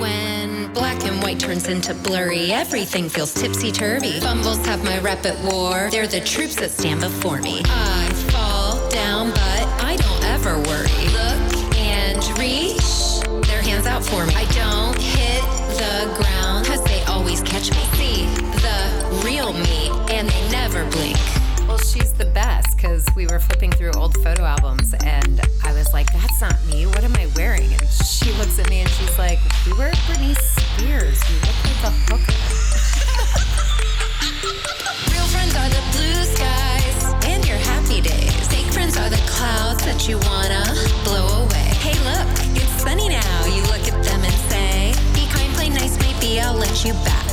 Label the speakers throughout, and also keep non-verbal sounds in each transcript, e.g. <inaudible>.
Speaker 1: When black and white turns into blurry, everything feels tipsy turvy. Fumbles have my rep at war, they're the troops that stand before me. I fall down, but I don't ever worry. Look and reach, their hands out for me. I don't hit the ground, cause they always catch me. See the real me, and they never blink. Well, she's the best because we were flipping through old photo albums and I was like, that's not me. What am I wearing? And she looks at me and she's like, we were Britney Spears. You look like a hooker. Real friends are the blue skies and your happy days. Fake friends are the clouds that you wanna blow away. Hey, look, it's sunny now. You look at them and say, be kind, play nice, maybe I'll let you back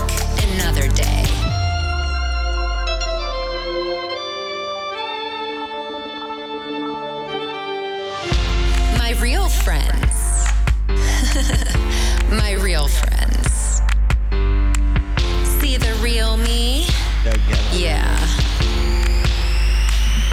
Speaker 1: another day. My real friends. <laughs> My real friends. See the real me? Yeah.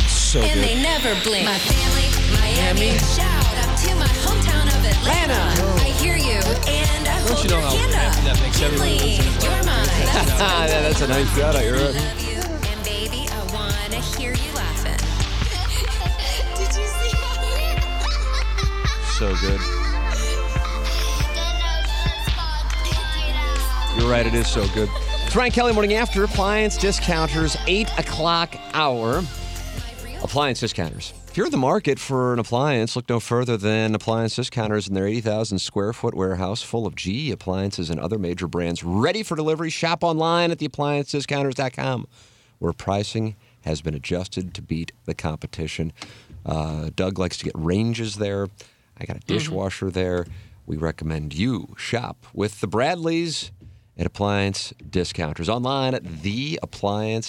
Speaker 2: So
Speaker 1: And they never blink. My family, Miami. Shout out to my hometown of Atlanta. I hear you and I
Speaker 2: Don't
Speaker 1: hold
Speaker 2: you
Speaker 1: your
Speaker 2: know how
Speaker 1: hand up.
Speaker 2: happy that makes everyone
Speaker 1: Kinley,
Speaker 2: listen to
Speaker 1: you're mine. That's
Speaker 2: Ah, <laughs> yeah, that's a nice shot, I
Speaker 1: Love
Speaker 2: heard.
Speaker 1: you, and baby, I wanna hear you laughing. Did you see
Speaker 2: So good. You're right, it is so good. It's Ryan Kelly Morning After Appliance Discounters, 8 o'clock hour. Appliance Discounters. If you're in the market for an appliance, look no further than Appliance Discounters and their 80,000 square foot warehouse full of GE appliances and other major brands ready for delivery. Shop online at theappliancediscounters.com where pricing has been adjusted to beat the competition. Uh, Doug likes to get ranges there. I got a dishwasher there. We recommend you shop with the Bradleys at Appliance Discounters. Online at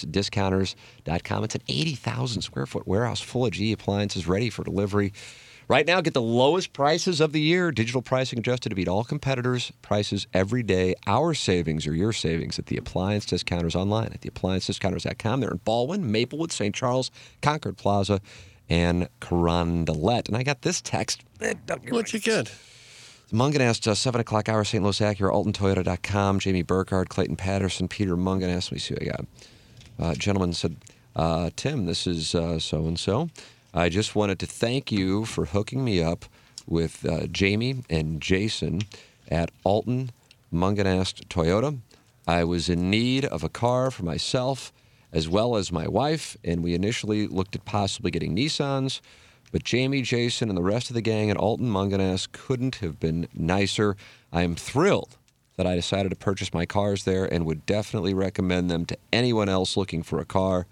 Speaker 2: theappliancediscounters.com. It's an 80,000 square foot warehouse full of GE appliances ready for delivery. Right now, get the lowest prices of the year. Digital pricing adjusted to beat all competitors' prices every day. Our savings are your savings at the Appliance Discounters online at theappliancediscounters.com. They're in Baldwin, Maplewood, St. Charles, Concord Plaza, and Carondelet. And I got this text.
Speaker 3: What you get?
Speaker 2: Munganast, uh, 7 o'clock hour, St. Louis Acura, altontoyota.com, Jamie Burkhardt, Clayton Patterson, Peter Munganast. Let me see what I got. Uh, gentleman said, uh, Tim, this is so and so. I just wanted to thank you for hooking me up with uh, Jamie and Jason at Alton Munganast Toyota. I was in need of a car for myself as well as my wife, and we initially looked at possibly getting Nissans. But Jamie, Jason, and the rest of the gang at Alton Munganess couldn't have been nicer. I am thrilled that I decided to purchase my cars there and would definitely recommend them to anyone else looking for a car.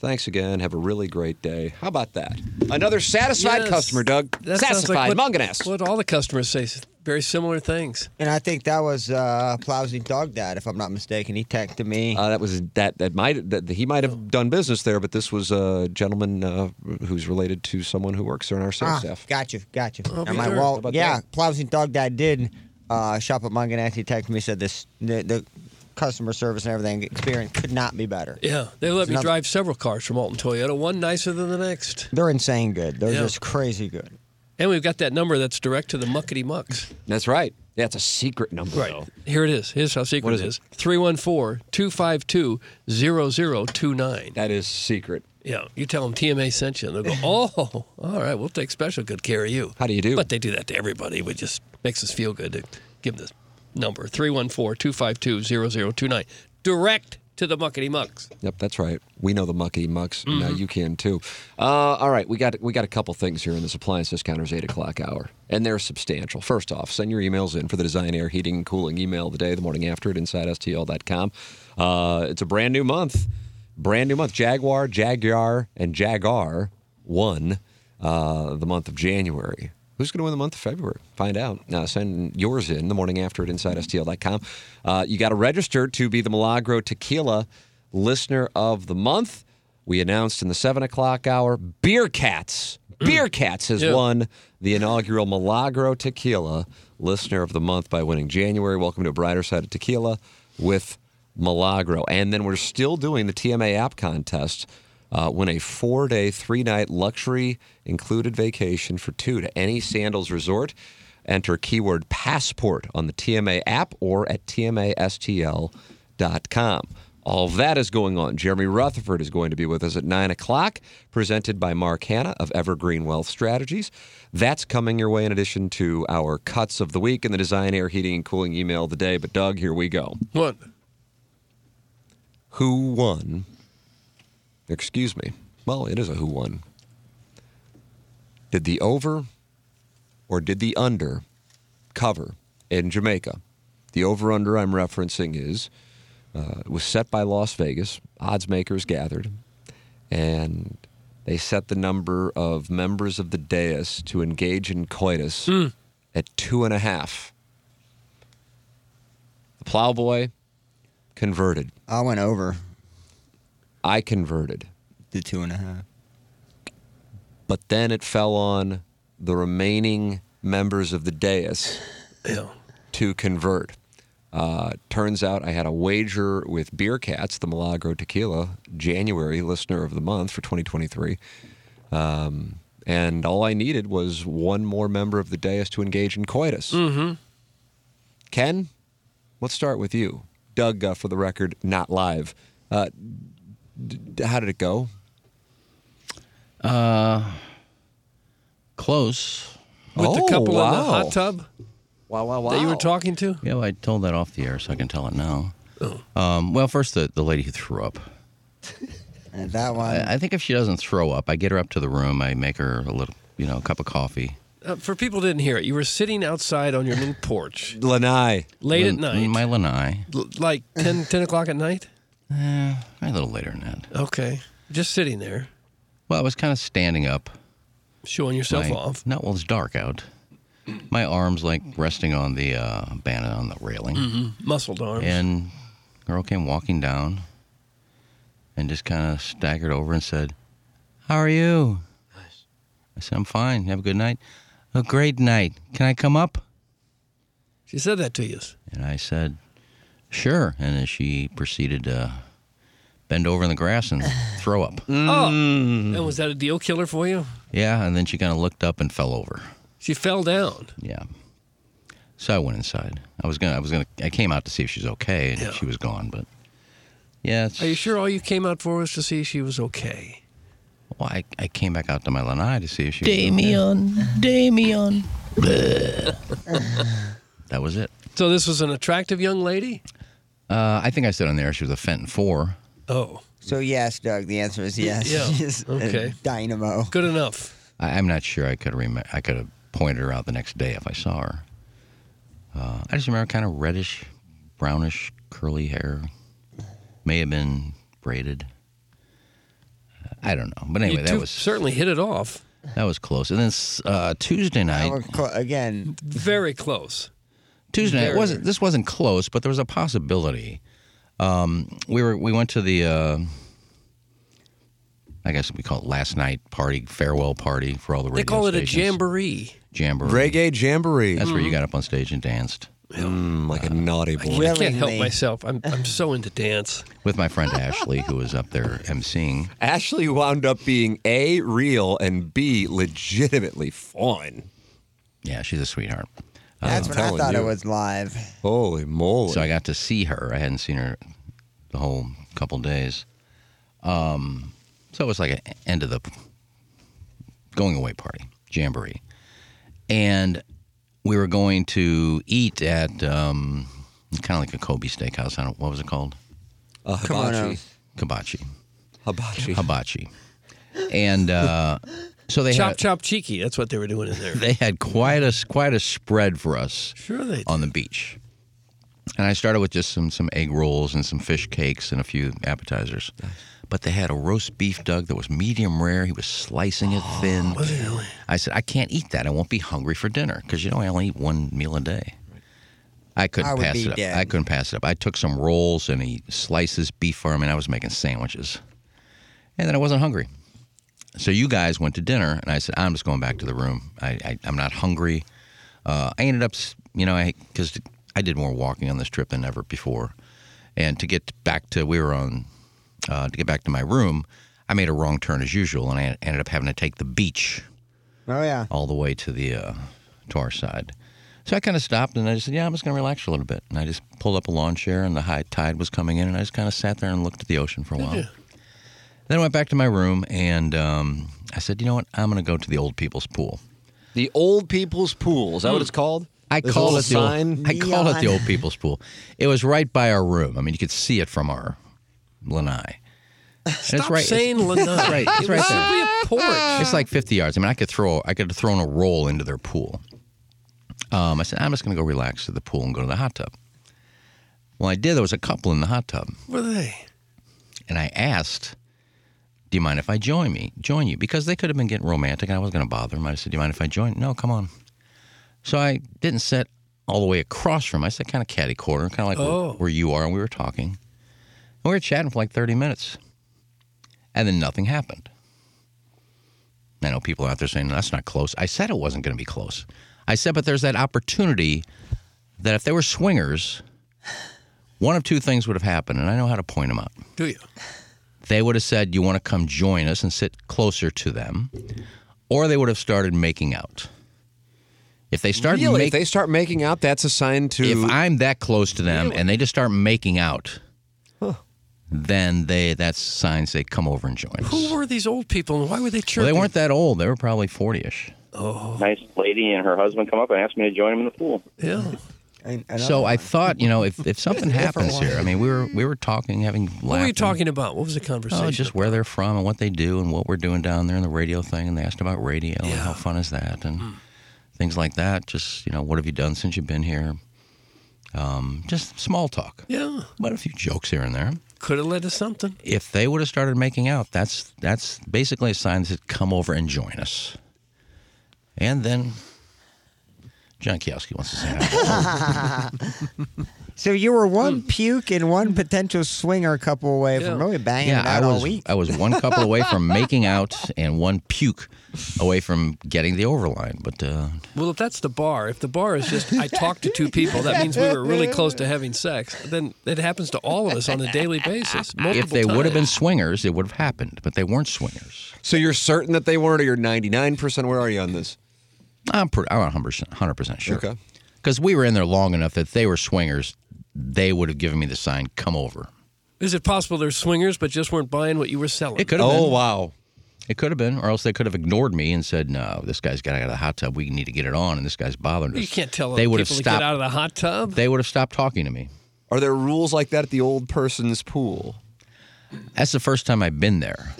Speaker 2: Thanks again. Have a really great day. How about that? Another satisfied
Speaker 3: Yes.
Speaker 2: customer, Doug.
Speaker 3: That sounds
Speaker 2: satisfied
Speaker 3: like what,
Speaker 2: Munganess.
Speaker 3: What all the customers say, very similar
Speaker 4: <laughs>
Speaker 3: things.
Speaker 4: And I think that was uh, Plowsy Dog Dad, if I'm not mistaken. He texted me.
Speaker 2: Uh, that was that. That might that he might have done business there, but this was a gentleman uh, who's related to someone who works there in our sales
Speaker 4: Ah,
Speaker 2: staff.
Speaker 4: Got you, got you.
Speaker 3: be
Speaker 4: and my
Speaker 3: sure.
Speaker 2: How
Speaker 4: wall,
Speaker 2: about
Speaker 4: yeah,
Speaker 2: that?
Speaker 4: Plowsy Dog Dad did uh, shop at Munganess. He texted me, said this the, the customer service and everything experience could not be better.
Speaker 3: Yeah, they let me
Speaker 4: Another-
Speaker 3: drive several cars from Alton Toyota, one nicer than the next.
Speaker 4: They're insane good. They're
Speaker 3: Yeah.
Speaker 4: just crazy good.
Speaker 3: And we've got that number that's direct to the
Speaker 2: <laughs>
Speaker 3: muckety mucks.
Speaker 2: That's right. Yeah, it's a secret number. Though.
Speaker 3: Here it is. Here's how secret
Speaker 2: is
Speaker 3: it
Speaker 2: it?
Speaker 3: is 314 252 0029.
Speaker 2: That is secret.
Speaker 3: Yeah, you tell them TMA sent you, and
Speaker 2: <laughs>
Speaker 3: they'll go, "Oh, all right, we'll take special good care of you."
Speaker 2: How do you do?
Speaker 3: But they do that to everybody, which just makes us feel good to give them this number 314-252-0029. direct to the muckety mucks.
Speaker 2: Yep, that's right. We know the mucky mucks. and Now you can too. Uh, all right, we got we got a couple things here in this appliance discounters eight o'clock hour, and they're substantial. First off, send your emails in for the design, air, heating, and cooling email of the day, the morning after at InsideSTL.com. Uh, it's a brand new month, brand new month. Jaguar, Jaguar, and Jaguar won uh, the month of January. Who's going to win the month of February? Find out. Uh, send yours in the morning after at InsideSTL.com. Uh, you got to register to be the Milagro Tequila Listener of the Month. We announced in the 7 o'clock hour, Beer Cats. Beer Cats has
Speaker 3: Yeah.
Speaker 2: won the inaugural Milagro Tequila Listener of the Month by winning January. Welcome to Brighter Side of Tequila with Milagro. And then we're still doing the TMA app contest. Uh, win a four day, three night luxury included vacation for two to any Sandals resort. Enter keyword passport on the TMA app or at TMASTL.com. All of that is going on. Jeremy Rutherford is going to be with us at 9 o'clock, presented by Mark Hanna of Evergreen Wealth Strategies. That's coming your way in addition to our cuts of the week and the design, air, heating, and cooling email of the day. But, Doug, here we go.
Speaker 3: What?
Speaker 2: Who won? Excuse me. Well, it is a who won. Did the over or did the under cover in Jamaica? The over under I'm referencing is uh, it was set by Las Vegas. Odds makers gathered, and they set the number of members of the dais to engage in coitus at two and a half. The plowboy converted.
Speaker 4: I went over
Speaker 2: I converted.
Speaker 4: the two and a half.
Speaker 2: But then it fell on the remaining members of the dais
Speaker 3: Yeah.
Speaker 2: to convert. Uh, turns out I had a wager with Beer Cats, the Milagro Tequila, January listener of the month for 2023. Um, and all I needed was one more member of the dais to engage in coitus. Mm-hmm. Ken, let's start with you. Doug, uh, for the record, not live. Uh, d- d- how did it go?
Speaker 5: Close.
Speaker 3: With the
Speaker 2: Oh,
Speaker 3: couple in the
Speaker 2: wow.
Speaker 3: hot tub
Speaker 2: Wow, wow, wow.
Speaker 3: that you were talking to?
Speaker 5: Yeah, well, I told that off the air, so I can tell it now.
Speaker 3: Oh.
Speaker 5: Um, well, first the, the lady who threw up.
Speaker 4: And that one,
Speaker 5: I, I think if she doesn't throw up, I get her up to the room. I make her a little, you know, cup of coffee.
Speaker 3: Uh, for people who didn't hear it, you were sitting outside on your little porch
Speaker 2: Lanai.
Speaker 3: late at
Speaker 2: Mm,
Speaker 5: Lin-
Speaker 3: night,
Speaker 5: My lanai.
Speaker 3: l- like 10, 10 o'clock at night.
Speaker 5: Eh, a little later than that.
Speaker 3: Okay. Just sitting there,
Speaker 5: Well, I was kind of standing up.
Speaker 3: showing yourself
Speaker 5: My-
Speaker 3: off.
Speaker 5: No, well, it's dark out. My arms like resting on the uh, banner on the railing,
Speaker 3: Muscled arms.
Speaker 5: and girl came walking down, and just kind of staggered over and said, "How are you?" I said, "I'm fine. Have a good night." A great night. Can I come up?
Speaker 3: She said that to you.
Speaker 5: And I said, "Sure." And then she proceeded to bend over in the grass
Speaker 3: <laughs>
Speaker 5: and throw up.
Speaker 3: Oh.
Speaker 2: Mm.
Speaker 3: And was that a deal killer for you?
Speaker 5: Yeah, and then she kind of looked up and fell over.
Speaker 3: She fell down.
Speaker 5: Yeah. So I went inside. I was gonna. I was gonna. I came out to see if she's okay, and
Speaker 3: Yeah.
Speaker 5: she was gone. But yeah, it's,
Speaker 3: Are you sure all you came out for was to see she was okay?
Speaker 5: Well, I, I came back out to my lanai to see if she.
Speaker 6: Damien, Damien.
Speaker 5: <laughs> That was it.
Speaker 3: So this was an attractive young lady?
Speaker 5: Uh, I think I said on there she was a Fenton four.
Speaker 3: Oh,
Speaker 4: so yes, Doug. The answer is <laughs> yes.
Speaker 3: Yeah,
Speaker 4: She's a
Speaker 3: okay.
Speaker 4: Dynamo.
Speaker 3: good enough.
Speaker 5: I, I'm not sure I could remember. I could have pointed her out the next day if I saw her. Uh, I just remember kind of reddish, brownish, curly hair. May have been braided. Uh, I don't know, but anyway,
Speaker 3: you
Speaker 5: that
Speaker 3: two
Speaker 5: was
Speaker 3: certainly hit it off.
Speaker 5: that was close. And then uh, Tuesday night,
Speaker 4: Our cl- again,
Speaker 3: Very close.
Speaker 5: Tuesday night
Speaker 3: Very-
Speaker 5: it wasn't. This wasn't close, but there was a possibility. Um, we were we went to the, uh, I guess we call it last night party farewell party for all the radio
Speaker 3: They call it a Mm-hmm.
Speaker 5: stations.
Speaker 3: jamboree.
Speaker 5: jamboree.
Speaker 2: Reggae Jamboree.
Speaker 5: That's where you got up on stage and danced
Speaker 2: Mm, like a naughty boy.
Speaker 3: I can't help
Speaker 4: Willingly.
Speaker 3: myself. I'm, I'm so into dance.
Speaker 5: with
Speaker 3: <laughs>
Speaker 5: my friend Ashley, who was up there emceeing.
Speaker 2: Ashley wound up being A, real, and B, legitimately fun.
Speaker 5: Yeah, she's a sweetheart.
Speaker 4: that's when I
Speaker 2: telling
Speaker 4: thought
Speaker 2: you.
Speaker 4: it was live.
Speaker 2: Holy moly.
Speaker 5: So I got to see her. I hadn't seen her the whole couple days. Um, so it was like an end of the going away party, jamboree. And we were going to eat at um, kind of like a Kobe steakhouse. I don't what was it called?
Speaker 2: uh, hibachi.
Speaker 5: Kibachi.
Speaker 2: Hibachi.
Speaker 5: Hibachi. And uh, so they
Speaker 3: chop,
Speaker 5: had
Speaker 3: chop, cheeky. That's what they were doing
Speaker 5: <laughs>
Speaker 3: in there.
Speaker 5: they had quite a quite a spread for us.
Speaker 3: sure they
Speaker 5: on the beach. And I started with just some some egg rolls and some fish cakes and a few appetizers. but they had a roast beef Doug that was medium rare. He was slicing it thin. I said, I can't eat that. I won't be hungry for dinner because you know I only eat one meal a day. I couldn't
Speaker 4: I would
Speaker 5: pass
Speaker 4: be
Speaker 5: it up.
Speaker 4: dead.
Speaker 5: I couldn't pass it up. I took some rolls and he slices beef farm, and I was making sandwiches, and then I wasn't hungry. So you guys went to dinner, and I said, I'm just going back to the room. I, I I'm not hungry. Uh, I ended up, s- you know, I because I did more walking on this trip than ever before, and to get back to we were on uh, to get back to my room, I made a wrong turn as usual, and I ended up having to take the beach
Speaker 4: Oh yeah.
Speaker 5: all the way to the uh, to our side. So I kind of stopped and I just said, "Yeah, I'm just going to relax for a little bit." And I just pulled up a lawn chair, and the high tide was coming in, and I just kind of sat there and looked at the ocean for a while. Then I went back to my room, and um, I said, "You know what? I'm going to go to the old people's pool."
Speaker 2: The old people's pool. Is that what it's called?
Speaker 5: I
Speaker 2: There's a
Speaker 5: call
Speaker 2: little
Speaker 5: it the
Speaker 2: sign.
Speaker 5: Old, I call it the
Speaker 4: Neon.
Speaker 5: old people's pool. It was right by our room. I mean, you could see it from our lanai. And it's
Speaker 3: Stop
Speaker 5: right,
Speaker 3: saying Lanai.
Speaker 5: It's right.
Speaker 3: It
Speaker 5: It's right
Speaker 3: was
Speaker 5: there.
Speaker 3: simply a
Speaker 5: <laughs>
Speaker 3: porch.
Speaker 5: It's like 50 yards. I mean, I could throw, I could have thrown a roll into their pool. Um, I said, I'm just going to go relax to the pool and go to the hot tub. Well, I did. There was a couple in the hot tub,
Speaker 3: Were they?
Speaker 5: and I asked, "Do you mind if I join me? Join you?" Because they could have been getting romantic, and I wasn't going to bother them. I said, "Do you mind if I join?" No, come on. So I didn't sit all the way across from. 'em. I sat kind of catty corner, kind of like
Speaker 3: Oh.
Speaker 5: where, where you are, and we were talking. And we were chatting for like thirty minutes, and then nothing happened. I know people out there saying that's not close. I said it wasn't going to be close. I said, but there's that opportunity that if they were swingers, one of two things would have happened, and I know how to point them out
Speaker 3: Do you?
Speaker 5: they would have said, You want to come join us and sit closer to them, or they would have started making out. If they start
Speaker 2: Really? if
Speaker 5: making
Speaker 2: they start making out, that's a sign to.
Speaker 5: if I'm that close to them and they just start making out, then they that's signs they come over and join us.
Speaker 3: Who were these old people and why were they
Speaker 5: well,
Speaker 3: chirping?
Speaker 5: they weren't that old. They were probably 40 ish.
Speaker 7: nice lady and her husband come up and asked me to join them in the pool.
Speaker 3: Yeah.
Speaker 4: And- and
Speaker 5: So I thought, you know, if, if something happens here, I mean, we were we were talking, having laughs.
Speaker 3: What were you talking about? What was the conversation?
Speaker 5: Oh, just where they're from and what they do and what we're doing down there in the radio thing. And they asked about radio and
Speaker 3: Yeah. Hmm.
Speaker 5: how fun is that and things like that. Just you know, what have you done since you've been here? Um, just small talk,
Speaker 3: Yeah.
Speaker 5: but a few jokes here and there.
Speaker 3: Could have led to something.
Speaker 5: If they would have started making out, that's that's basically a sign that said, come over and join us. And then John Kioski wants to say,
Speaker 4: <laughs>
Speaker 5: hi.
Speaker 4: So you were one puke and one potential swinger couple away from
Speaker 3: Hmm. Yeah.
Speaker 4: really banging
Speaker 5: yeah,
Speaker 4: it
Speaker 5: I
Speaker 4: out all
Speaker 5: was
Speaker 4: week.
Speaker 5: I was one
Speaker 4: <laughs>
Speaker 5: couple away from making out and one puke away from getting the overline, but. Uh,
Speaker 3: Well, if that's the bar, if the bar is just I talked to two people, that means we were really close to having sex. Then it happens to all of us on a daily basis. Multiple
Speaker 5: if they would have been
Speaker 3: times.
Speaker 5: swingers, it would have happened, but they weren't swingers.
Speaker 2: so you're certain that they weren't, or you're 99%. Where are you on this?
Speaker 5: I'm pretty, I'm 100%, 100% sure.
Speaker 2: Okay.
Speaker 5: Because we were in there long enough that if they were swingers, they would have given me the sign, come over.
Speaker 3: is it possible they're swingers but just weren't buying what you were selling?
Speaker 5: It could have
Speaker 2: Oh,
Speaker 5: been.
Speaker 2: wow.
Speaker 5: It could have been, or else they could have ignored me and said, no, this guy's got out of the hot tub. We need to get it on, and this guy's bothering us.
Speaker 3: you can't tell
Speaker 5: they
Speaker 3: people
Speaker 5: would
Speaker 3: to
Speaker 5: have
Speaker 3: get
Speaker 5: stopped.
Speaker 3: out of the hot tub.
Speaker 5: they would have stopped talking to me.
Speaker 2: Are there rules like that at the old person's pool?
Speaker 5: That's the first time I've been there.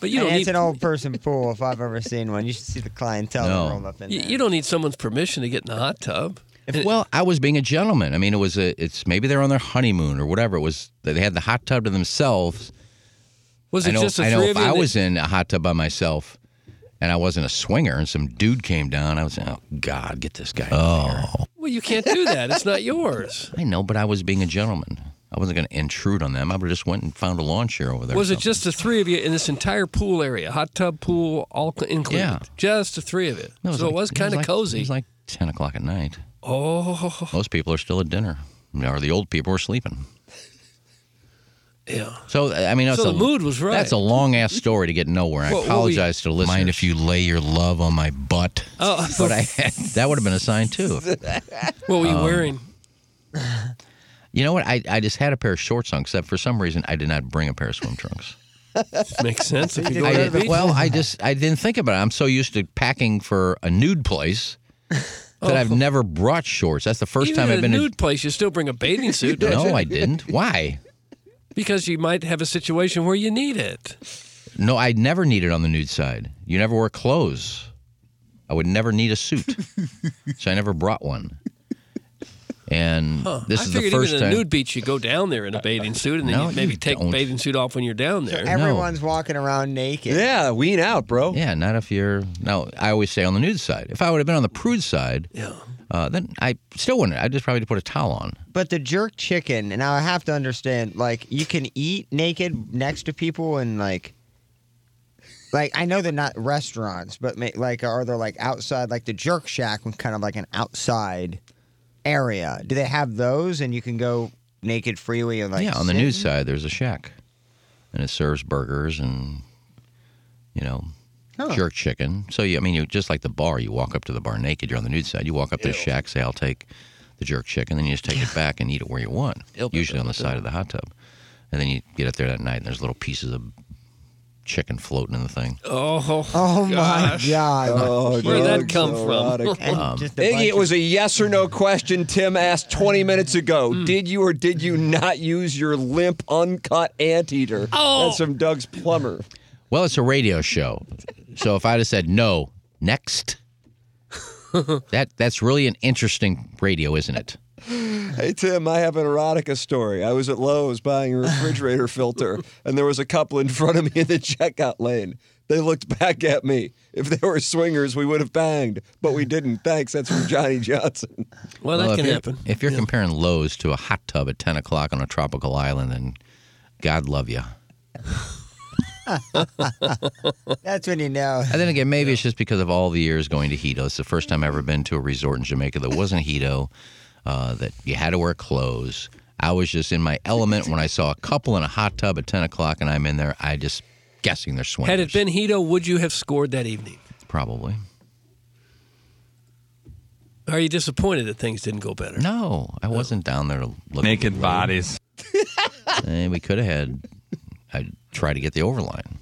Speaker 3: but you
Speaker 4: And
Speaker 3: don't
Speaker 4: it's
Speaker 3: need
Speaker 4: an
Speaker 3: <laughs>
Speaker 4: old person pool if I've ever seen one. You should see the clientele
Speaker 5: No.
Speaker 4: roll up in
Speaker 3: you,
Speaker 4: there.
Speaker 3: you don't need someone's permission to get in the hot tub.
Speaker 5: well, I was being a gentleman. I mean, it was a, it's maybe they're on their honeymoon or whatever. It was they had the hot tub to themselves,
Speaker 3: Was
Speaker 5: I
Speaker 3: it
Speaker 5: know,
Speaker 3: just the
Speaker 5: I know
Speaker 3: three
Speaker 5: if
Speaker 3: of you?
Speaker 5: I
Speaker 3: that-
Speaker 5: was in a hot tub by myself and I wasn't a swinger and some dude came down, I was oh God, get this guy. Oh,
Speaker 3: well, you can't do that. It's not yours.
Speaker 5: <laughs> I know, but I was being a gentleman. I wasn't going to intrude on them. I would have just went and found a lawn chair over there. or
Speaker 3: Was it
Speaker 5: something.
Speaker 3: just the three of you in this entire pool area, hot tub, pool, all cl- included?
Speaker 5: Yeah.
Speaker 3: Just the three of you.
Speaker 5: No,
Speaker 3: so
Speaker 5: like-
Speaker 3: it was kind of
Speaker 5: like-
Speaker 3: cozy.
Speaker 5: It was like ten o'clock at night.
Speaker 3: oh,
Speaker 5: Most people are still at dinner, or the old people are sleeping.
Speaker 3: yeah.
Speaker 5: So I mean, that's
Speaker 3: the
Speaker 5: a-
Speaker 3: mood was right.
Speaker 5: That's a long ass story to get nowhere. I
Speaker 3: Well, what we-
Speaker 5: apologize to the listeners. Mind if you lay your love on my butt?
Speaker 3: Oh,
Speaker 5: but I that would have been a sign too. if-
Speaker 3: what were you
Speaker 5: um,
Speaker 3: wearing?
Speaker 5: You know what? I, I just had a pair of shorts on, except for some reason I did not bring a pair of swim trunks.
Speaker 3: <laughs> Makes sense. If <laughs> you go
Speaker 5: I
Speaker 3: to the
Speaker 5: did-
Speaker 3: beach.
Speaker 5: well, I just I didn't think about it. I'm so used to packing for a
Speaker 3: <laughs>
Speaker 5: nude place that I've never brought shorts. That's the first
Speaker 3: Oh. Even
Speaker 5: time
Speaker 3: at
Speaker 5: I've been
Speaker 3: a nude place, you still bring a bathing suit,
Speaker 5: in.
Speaker 3: don't
Speaker 5: No,
Speaker 3: you?
Speaker 5: I didn't. Why?
Speaker 3: Because you might have a situation where you need it.
Speaker 5: No, I never need it on the nude side. You never
Speaker 3: <laughs>
Speaker 5: wear clothes. I would never need a suit, so I never brought one. And this
Speaker 3: I
Speaker 5: is the
Speaker 3: figured
Speaker 5: first
Speaker 3: even
Speaker 5: time.
Speaker 3: in a nude beach, you go down there in a bathing suit, and then
Speaker 5: No,
Speaker 3: you maybe
Speaker 5: you
Speaker 3: take
Speaker 5: don't.
Speaker 3: bathing suit off when you're down there.
Speaker 4: Everyone's walking around naked.
Speaker 2: Yeah, wean out, bro.
Speaker 5: yeah, not if you're. No, I always say on the nude side. If I would have been on the prude side,
Speaker 3: Yeah.
Speaker 5: uh, then I still wouldn't. I just probably put a towel on.
Speaker 4: But the jerk chicken, and I have to understand, like you can eat naked next to people, and like, like I know they're not restaurants, but ma- like are there like outside, like the jerk shack, was kind of like an outside area? Do they have those, and you can go naked freely and like
Speaker 5: yeah, on the
Speaker 4: sit?
Speaker 5: news side, there's a shack, and it serves burgers and you know
Speaker 4: Huh.
Speaker 5: jerk chicken. So you, I mean, you just like the bar, you walk up to the bar naked. You're on the nude side. You walk up to the shack, say, "I'll take the jerk chicken," then you just take it back and eat it where you want. Usually on the side of the hot tub, and then you get up there that night, and there's little pieces of chicken floating in the thing.
Speaker 3: Oh,
Speaker 4: Oh my
Speaker 3: <laughs>
Speaker 4: god!
Speaker 3: where'd that Oh, come from?
Speaker 4: And just a
Speaker 2: Iggy,
Speaker 4: bunch
Speaker 2: E, it
Speaker 4: of-
Speaker 2: was a yes or no question Tim asked 20 minutes ago. Did you or did you not use your limp, uncut anteater?
Speaker 3: Oh.
Speaker 2: That's from Doug's plumber.
Speaker 5: Well, it's a radio show, so if I'd have said no next, that that's really an interesting radio, isn't it?
Speaker 2: Hey, Tim, I have an erotica story. I was at Lowe's buying a <laughs> refrigerator filter, and there was a couple in front of me in the checkout lane. They looked back at me. If they were swingers, we would have banged, but we didn't. Thanks. That's from Johnny Johnson. <laughs>
Speaker 3: Well, that
Speaker 5: Well,
Speaker 3: can
Speaker 5: if you're-
Speaker 3: happen.
Speaker 5: If you're comparing Lowe's to a hot tub at 10 o'clock on a tropical island, then God love you.
Speaker 4: That's when you know.
Speaker 5: And then again, maybe it's just because of all the years going to Hito. It's the first time I've ever been to a resort in Jamaica that wasn't Hito, uh, that you had to wear clothes. I was just in my element when I saw a couple in a hot tub at 10 o'clock and I'm in there. I just guessing they're swingers.
Speaker 3: Had it been Hito, would you have scored that evening?
Speaker 5: Probably.
Speaker 3: Are you disappointed that things didn't go better?
Speaker 5: No, I wasn't down there to look. Naked bodies. and we could have had, I tried to get the overline.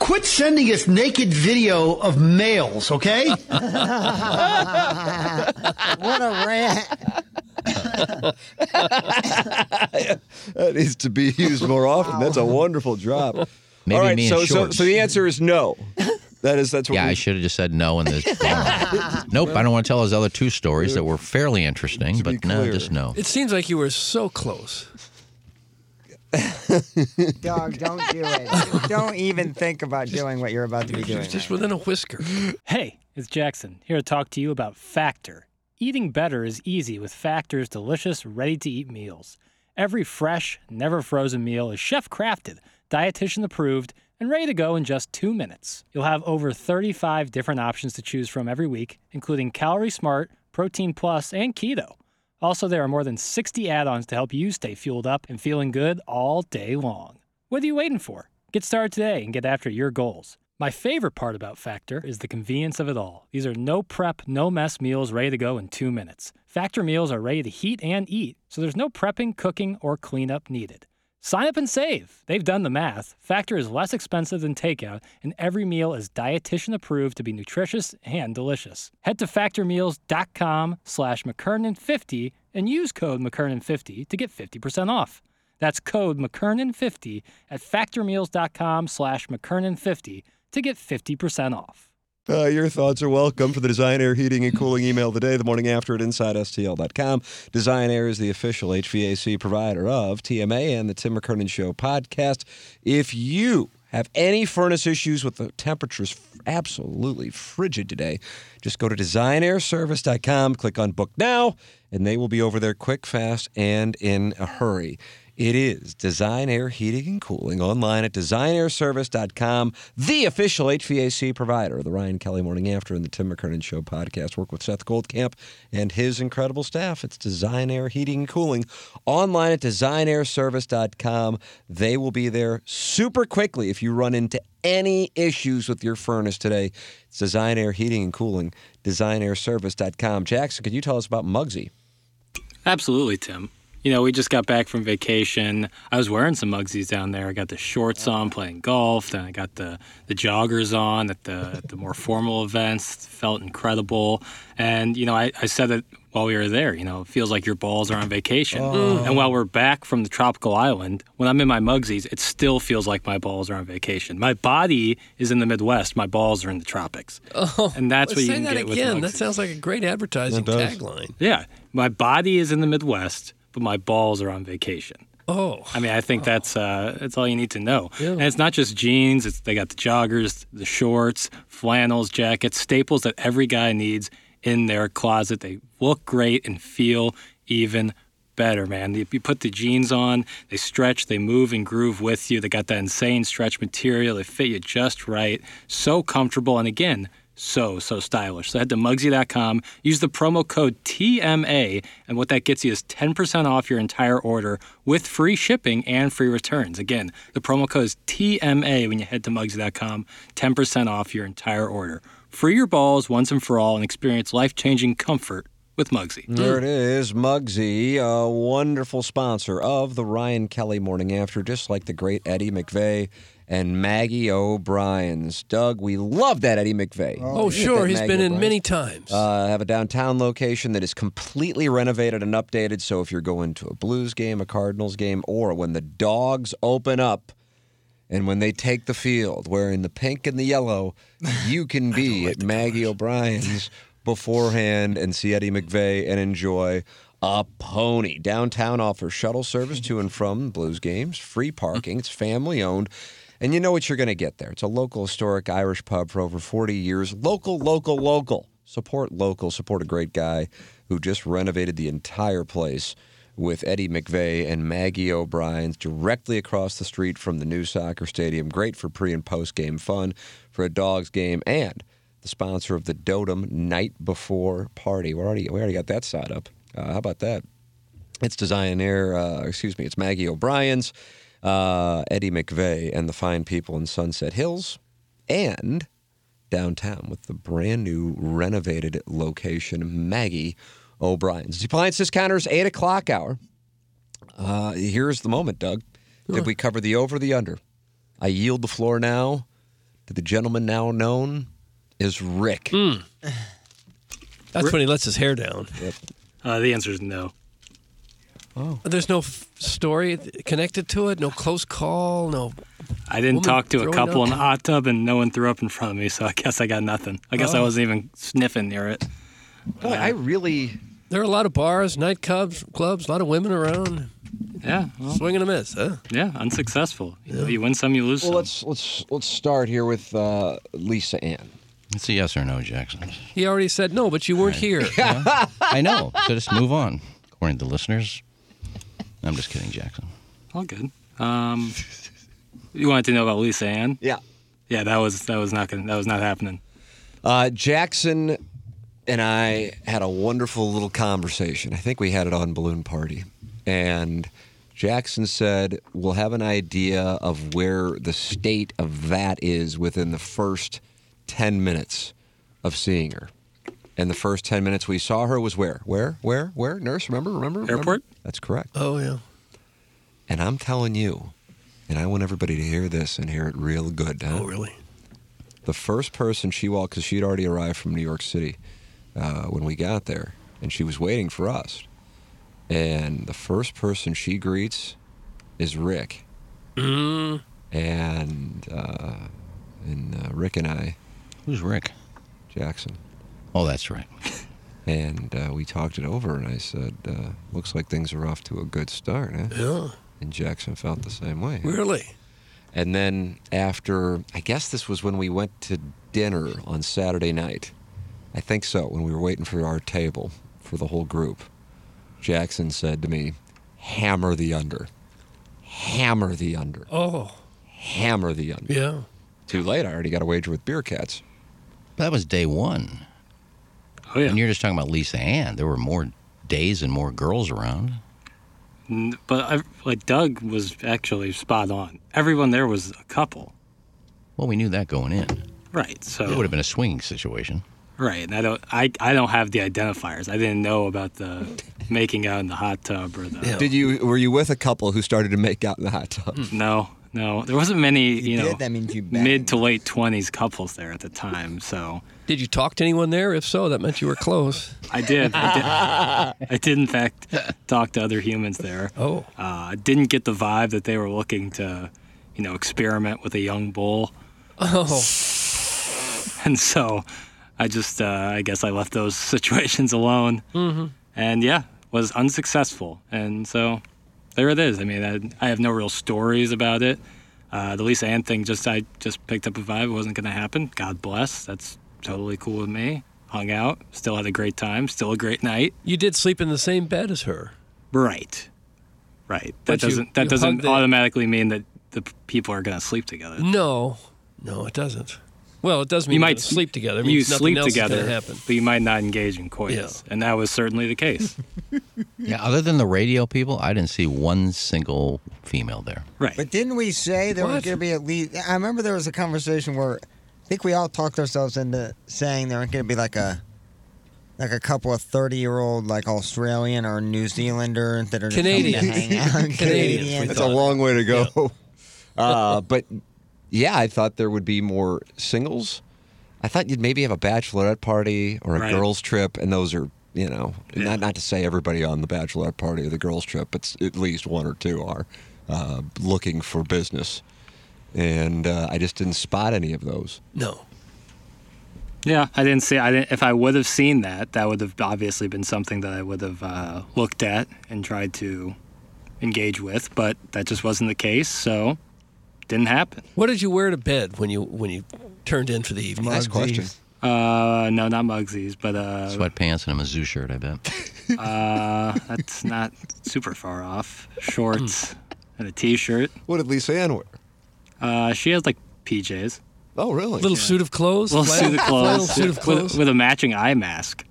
Speaker 8: Quit sending us naked video of males, okay?
Speaker 9: Uh,
Speaker 4: What a rant!
Speaker 2: That needs to be used more often. That's a wonderful drop.
Speaker 5: Maybe
Speaker 2: All right,
Speaker 5: me in
Speaker 2: so, so
Speaker 5: shorts.
Speaker 2: so the answer is no. That is that's what
Speaker 5: Yeah,
Speaker 2: we
Speaker 5: I should have just said no in this. nope, I don't want to tell those other two stories that were fairly interesting,
Speaker 2: be
Speaker 5: but no,
Speaker 2: clear.
Speaker 5: just no.
Speaker 3: It seems like you were so close.
Speaker 4: Dog, don't do it. don't even think about doing what you're about to be
Speaker 3: It
Speaker 4: doing.
Speaker 3: was just
Speaker 4: right
Speaker 3: within a whisker.
Speaker 9: Hey, it's Jackson here to talk to you about Factor. Eating better is easy with Factor's delicious, ready to eat meals. Every fresh, never frozen meal is chef crafted, dietitian approved, and ready to go in just two minutes. You'll have over 35 different options to choose from every week, including Calorie Smart, Protein Plus, and Keto. Also, there are more than 60 add ons to help you stay fueled up and feeling good all day long. What are you waiting for? Get started today and get after your goals. My favorite part about Factor is the convenience of it all. These are no prep, no mess meals ready to go in two minutes. Factor meals are ready to heat and eat, so there's no prepping, cooking, or cleanup needed. Sign up and save. They've done the math. Factor is less expensive than takeout, and every meal is dietitian approved to be nutritious and delicious. Head to factormeals.com slash McKernan50 and use code McKernan50 to get 50% off. That's code McKernan50 at factormeals.com slash McKernan50 to get 50% off.
Speaker 2: Uh, your thoughts are welcome for the Design Air Heating and Cooling email today, the morning after at InsideSTL.com. Design Air is the official HVAC provider of TMA and the Tim McKernan Show podcast. If you have any furnace issues with the temperatures f- absolutely frigid today, just go to DesignAirService.com, click on Book Now, and they will be over there quick, fast, and in a hurry. It is Design Air Heating and Cooling online at designairservice.com, the official HVAC provider of the Ryan Kelly Morning After and the Tim McKernan Show podcast. Work with Seth Goldcamp and his incredible staff. It's Design Air Heating and Cooling online at designairservice.com. They will be there super quickly if you run into any issues with your furnace today. It's Design Air Heating and Cooling, designairservice.com. Jackson, can you tell us about Muggsy?
Speaker 9: Absolutely, Tim. You know, we just got back from vacation. I was wearing some Mugsies down there. I got the shorts on playing golf, then I got the, the joggers on at the, at the more formal events. Felt incredible. And, you know, I, I said it while we were there. You know, it feels like your balls are on vacation.
Speaker 10: Oh.
Speaker 9: And while we're back from the tropical island, when I'm in my mugsies, it still feels like my balls are on vacation. My body is in the Midwest, my balls are in the tropics.
Speaker 3: Oh,
Speaker 9: and that's what
Speaker 3: say
Speaker 9: you can
Speaker 3: that
Speaker 9: get with
Speaker 3: again.
Speaker 9: mugsies.
Speaker 3: that sounds like a great advertising
Speaker 9: That does.
Speaker 3: tagline.
Speaker 9: Yeah, my body is in the Midwest, but my balls are on vacation.
Speaker 3: Oh,
Speaker 9: I mean, I think that's uh, that's all you need to know. And it's not just jeans; it's, they got the joggers, the shorts, flannels, jackets, staples that every guy needs in their closet. They look great and feel even better, man. If you put the jeans on, they stretch, they move and groove with you. They got that insane stretch material. They fit you just right. So comfortable, and again. So, so stylish. So head to mugsy.com, use the promo code TMA, and what that gets you is 10% off your entire order with free shipping and free returns. Again, the promo code is TMA when you head to mugsy.com, 10% off your entire order. Free your balls once and for all and experience life changing comfort with Mugsy.
Speaker 3: Mm.
Speaker 2: There it is, Muggsy, a wonderful sponsor of the Ryan Kelly Morning After, just like the great Eddie McVeigh and Maggie O'Brien's. Doug, we love that Eddie McVeigh.
Speaker 3: Oh, sure, he's been in many times.
Speaker 2: Uh, have a downtown location that is completely renovated and updated. So if you're going to a Blues game, a Cardinals game, or when the dogs open up and when they take the field wearing the pink and the yellow, you can be at Maggie O'Brien's beforehand and see Eddie McVeigh and enjoy a pony. Downtown offers shuttle service to and from Blues games, free parking, it's family owned. And you know what you're going to get there. It's a local historic Irish pub for over 40 years. Local, local, local. Support local. Support a great guy who just renovated the entire place with Eddie McVeigh and Maggie O'Brien's directly across the street from the new soccer stadium. Great for pre and post game fun, for a dogs game, and the sponsor of the Dotem Night Before Party. We already we already got that side up. Uh, how about that? It's Designaire, uh, excuse me, it's Maggie O'Brien's, uh, Eddie McVeigh, and the fine people in Sunset Hills, and downtown with the brand new renovated location, Maggie O'Brien's. The appliance discounters, 8 o'clock hour. Uh, here's the moment, Doug. Did we cover the over or the under? I yield the floor now to the gentleman now known as Rick.
Speaker 3: That's when he lets his hair down.
Speaker 9: Uh, the answer is no.
Speaker 3: Oh. There's no f- story th- connected to it, no close call, no.
Speaker 9: I didn't
Speaker 3: woman
Speaker 9: talk to a
Speaker 3: throwing
Speaker 9: couple in
Speaker 3: up.
Speaker 9: the hot tub and no one threw up in front of me, so I guess I got nothing. I guess I
Speaker 3: Oh.
Speaker 9: wasn't even sniffing near it.
Speaker 2: Boy, I really.
Speaker 3: There are a lot of bars, nightclubs, clubs, a lot of women around.
Speaker 9: Yeah,
Speaker 3: swing and a miss, huh?
Speaker 9: Yeah, unsuccessful. You, know, you win some, you lose
Speaker 2: Well,
Speaker 9: some.
Speaker 2: let's let's let's start here with uh, Lisa Ann.
Speaker 5: It's a yes or no, Jackson.
Speaker 3: He already said no, but you
Speaker 9: <laughs>
Speaker 3: weren't here.
Speaker 5: I know. So just move on, according to the listeners. I'm just kidding, Jackson.
Speaker 9: All good. Um, you wanted to know about Lisa Ann?
Speaker 2: Yeah.
Speaker 9: Yeah, that was that was not gonna that was not happening.
Speaker 2: Uh, Jackson and I had a wonderful little conversation. I think we had it on Balloon Party. And Jackson said, We'll have an idea of where the state of that is within the first 10 minutes of seeing her. And the first 10 minutes we saw her was where? Where? Where? Where? Nurse, remember? Remember? remember?
Speaker 3: Airport?
Speaker 2: That's correct.
Speaker 3: Oh, yeah.
Speaker 2: And I'm telling you, and I want everybody to hear this and hear it real good. Huh? Oh,
Speaker 3: really?
Speaker 2: The first person she walked, because she'd already arrived from New York City uh, when we got there, and she was waiting for us. And the first person she greets is Rick.
Speaker 3: Mm.
Speaker 2: And uh, and uh, Rick and I.
Speaker 5: Who's Rick?
Speaker 2: Jackson.
Speaker 5: Oh, that's right.
Speaker 2: And uh, we talked it over, and I said, uh, "Looks like things are off to a good start." Eh?
Speaker 3: Yeah.
Speaker 2: And Jackson felt the same way.
Speaker 3: Really?
Speaker 2: And then after, I guess this was when we went to dinner on Saturday night. I think so, when we were waiting for our table for the whole group. Jackson said to me, hammer the under. Hammer the under.
Speaker 3: Oh,
Speaker 2: Hammer the under.
Speaker 3: Yeah.
Speaker 2: Too late. I already got a wager with Beer Cats.
Speaker 5: That was day one.
Speaker 9: Oh, yeah.
Speaker 5: And you're just talking about Lisa Ann. There were more days and more girls around.
Speaker 9: N- But I, like Doug was actually spot on. Everyone there was a couple,
Speaker 5: Well, we knew that going in.
Speaker 9: right? So
Speaker 5: It would have been a swinging situation.
Speaker 9: Right, and I don't, I, I don't have the identifiers. I didn't know about the making out in the hot tub or the.
Speaker 2: Did you were you with a couple who started to make out in the hot tub?
Speaker 9: No, no, there wasn't many, you,
Speaker 4: did,
Speaker 9: know,
Speaker 4: that means you banged.
Speaker 9: mid to late twenties couples there at the time. So
Speaker 3: Did you talk to anyone there? If so, that meant you
Speaker 9: <laughs>
Speaker 3: were close.
Speaker 9: I did, I did, I did in fact talk to other humans there.
Speaker 3: Oh,
Speaker 9: uh, I didn't get the vibe that they were looking to, you know, experiment with a young bull,
Speaker 3: Oh,
Speaker 9: <laughs> and so I just, uh, I guess, I left those <laughs> situations alone.
Speaker 3: Mhm.
Speaker 9: And yeah, was unsuccessful, and so there it is. I mean, I, I have no real stories about it. Uh, the Lisa Ann thing, just I just picked up a vibe. It wasn't going to happen. God bless. That's totally cool with me. Hung out. Still had a great time. Still a great night.
Speaker 3: you did sleep in the same bed as her.
Speaker 9: Right. Right. That
Speaker 3: But you-
Speaker 9: doesn't
Speaker 3: you
Speaker 9: that doesn't
Speaker 3: hugged it.
Speaker 9: automatically mean that the p- people are going to sleep together.
Speaker 3: No, no, it doesn't. Well, it does mean
Speaker 9: you
Speaker 3: you're
Speaker 9: might
Speaker 3: gonna sleep together. It
Speaker 9: You
Speaker 3: means nothing
Speaker 9: sleep
Speaker 3: else is gonna
Speaker 9: together,
Speaker 3: happen.
Speaker 9: but you might not engage in coitus, and that was certainly the case.
Speaker 5: Yeah, other than the radio people, I didn't see one single female there.
Speaker 9: right.
Speaker 4: But didn't we say there was
Speaker 3: What?
Speaker 4: going to be at least? I remember there was a conversation where I think we all talked ourselves into saying there were going to be like a like a couple of thirty-year-old like Australian or New Zealander that are just coming to
Speaker 3: <laughs> Canadian.
Speaker 4: hang
Speaker 2: <laughs>
Speaker 4: out.
Speaker 3: Canadians,
Speaker 4: Canadian.
Speaker 3: we
Speaker 2: That's a long way to go. <laughs> uh, but yeah, I thought there would be more singles. I thought you'd maybe have a bachelorette party or a
Speaker 9: Right.
Speaker 2: girls' trip, and those are, you know, not, not to say everybody on the bachelorette party or the girls' trip, but s- at least one or two are uh, looking for business. And uh, I just didn't spot any of those.
Speaker 3: No.
Speaker 9: Yeah, I didn't see. I didn't. If I would have seen that, that would have obviously been something that I would have uh, looked at and tried to engage with. But that just wasn't the case, so didn't happen.
Speaker 3: What did you wear to bed when you when you turned in for the evening?
Speaker 2: Nice question.
Speaker 9: Uh, no, not Muggsy's, but uh,
Speaker 5: Sweatpants and a Mizzou shirt, I bet.
Speaker 9: uh, that's not super far off. Shorts
Speaker 3: Hmm.
Speaker 9: and a t-shirt.
Speaker 2: What did Lisa Ann wear?
Speaker 9: Uh, she has like PJs,
Speaker 2: Oh, really?
Speaker 3: Little suit of clothes.
Speaker 9: little
Speaker 3: flannel-
Speaker 9: suit of
Speaker 3: flannel
Speaker 9: clothes,
Speaker 3: suit of
Speaker 9: with-
Speaker 3: clothes.
Speaker 9: With, a matching eye mask.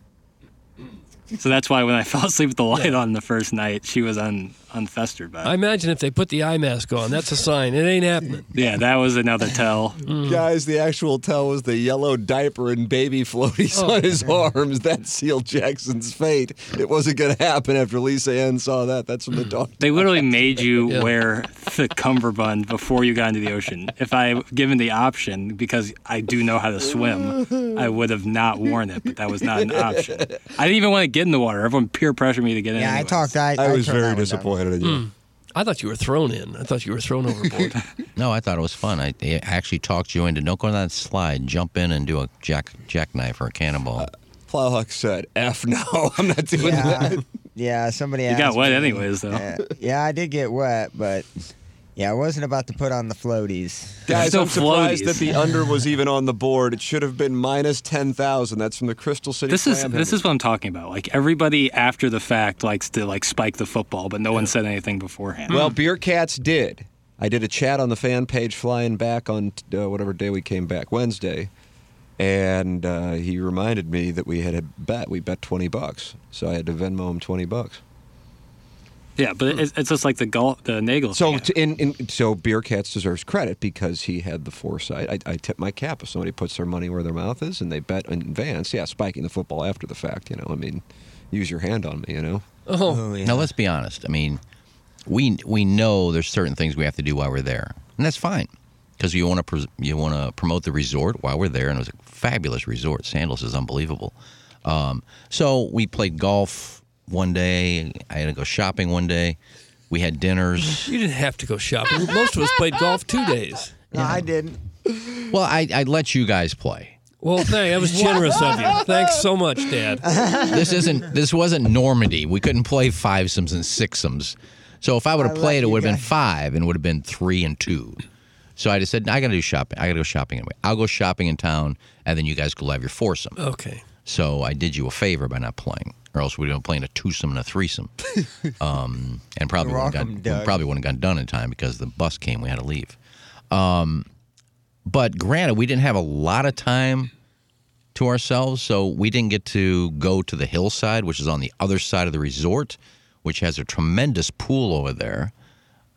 Speaker 9: So that's why when I <laughs> fell asleep with the light on the first night, she was un, unfestered by. it.
Speaker 3: I imagine if they put the eye mask on, that's a sign. It ain't happening.
Speaker 9: Yeah, that was another tell.
Speaker 4: Mm.
Speaker 2: Guys, the actual tell was the yellow diaper and baby floaties
Speaker 4: Oh.
Speaker 2: on his arms. That sealed Jackson's fate. It wasn't going to happen after Lisa Ann saw that. That's
Speaker 4: Mm.
Speaker 2: from the dog.
Speaker 9: They literally made you
Speaker 3: Yeah.
Speaker 9: wear the cummerbund before you got into the ocean. If I given the option, because I do know how to swim, I would have not worn it, but that was not an option. I didn't even want to get in the water. Everyone peer pressured me to get in.
Speaker 4: Yeah, I
Speaker 9: anyways.
Speaker 4: talked. I,
Speaker 2: I was
Speaker 4: turned that
Speaker 2: very
Speaker 4: one down. Mm.
Speaker 2: disappointed in you.
Speaker 3: I thought you were thrown in. I thought you were
Speaker 9: <laughs>
Speaker 3: thrown overboard.
Speaker 5: No, I thought it was fun. I, I actually talked you into don't go on that slide, jump in and do a jack jackknife or a cannonball.
Speaker 2: Plowhawk said, F no, <laughs> I'm not doing that.
Speaker 4: Yeah, yeah. Somebody
Speaker 9: You got
Speaker 4: asked
Speaker 9: wet
Speaker 4: me.
Speaker 9: anyways, though.
Speaker 4: Yeah, yeah, I did get wet, but yeah, I wasn't about to put on the floaties.
Speaker 2: Guys,
Speaker 9: Still
Speaker 2: I'm surprised
Speaker 9: floaties.
Speaker 2: that the under was even on the board. It should have been minus 10,000. That's from the Crystal City
Speaker 9: This is
Speaker 2: Slam
Speaker 9: this
Speaker 2: Hit.
Speaker 9: is what I'm talking about. Like everybody after the fact likes to like spike the football, but no one said anything beforehand.
Speaker 2: Well, Beer Cats did. I did a chat on the fan page flying back on uh, whatever day we came back, Wednesday. And uh, he reminded me that we had a bet. We bet 20 bucks. So I had to Venmo him 20 bucks.
Speaker 9: yeah, but it's, it's just like the gol the Nagel.
Speaker 2: So
Speaker 9: thing.
Speaker 2: to, in, in, so Beer Cats deserves credit because he had the foresight. I, I tip my cap if somebody puts their money where their mouth is and they bet in advance. Yeah, spiking the football after the fact. You know, I mean, use your hand on me. You know,
Speaker 3: Oh,
Speaker 4: yeah.
Speaker 5: Now let's be honest. I mean, we we know there's certain things we have to do while we're there, and that's fine because you want to pres you want to promote the resort while we're there, and it was a fabulous resort. Sandals is unbelievable. Um, so we played golf one day. I had to go shopping one day. We had dinners.
Speaker 3: you didn't have to go shopping. Most of us played golf two days.
Speaker 4: No, I didn't.
Speaker 5: well, I, I let you guys play.
Speaker 3: Well, thank. That was generous of you. Thanks so much, Dad.
Speaker 5: This isn't this wasn't Normandy. We couldn't play fivesomes and sixsomes. So if I would have
Speaker 4: I let
Speaker 5: played, it
Speaker 4: you
Speaker 5: would have been
Speaker 4: guys-
Speaker 5: five and would have been three and two. So I just said, I gotta do shopping. I gotta go shopping anyway. I'll go shopping in town, and then you guys go have your foursome.
Speaker 3: Okay.
Speaker 5: So I did you a favor by not playing, or else we'd have been playing a twosome and
Speaker 4: <laughs>
Speaker 5: a threesome, um, and probably
Speaker 4: Rock
Speaker 5: wouldn't
Speaker 4: 'em,
Speaker 5: got,
Speaker 4: Doug.
Speaker 5: probably wouldn't got done in time because the bus came. We had to leave. Um, but granted, we didn't have a lot of time to ourselves, so we didn't get to go to the hillside, which is on the other side of the resort, which has a tremendous pool over there.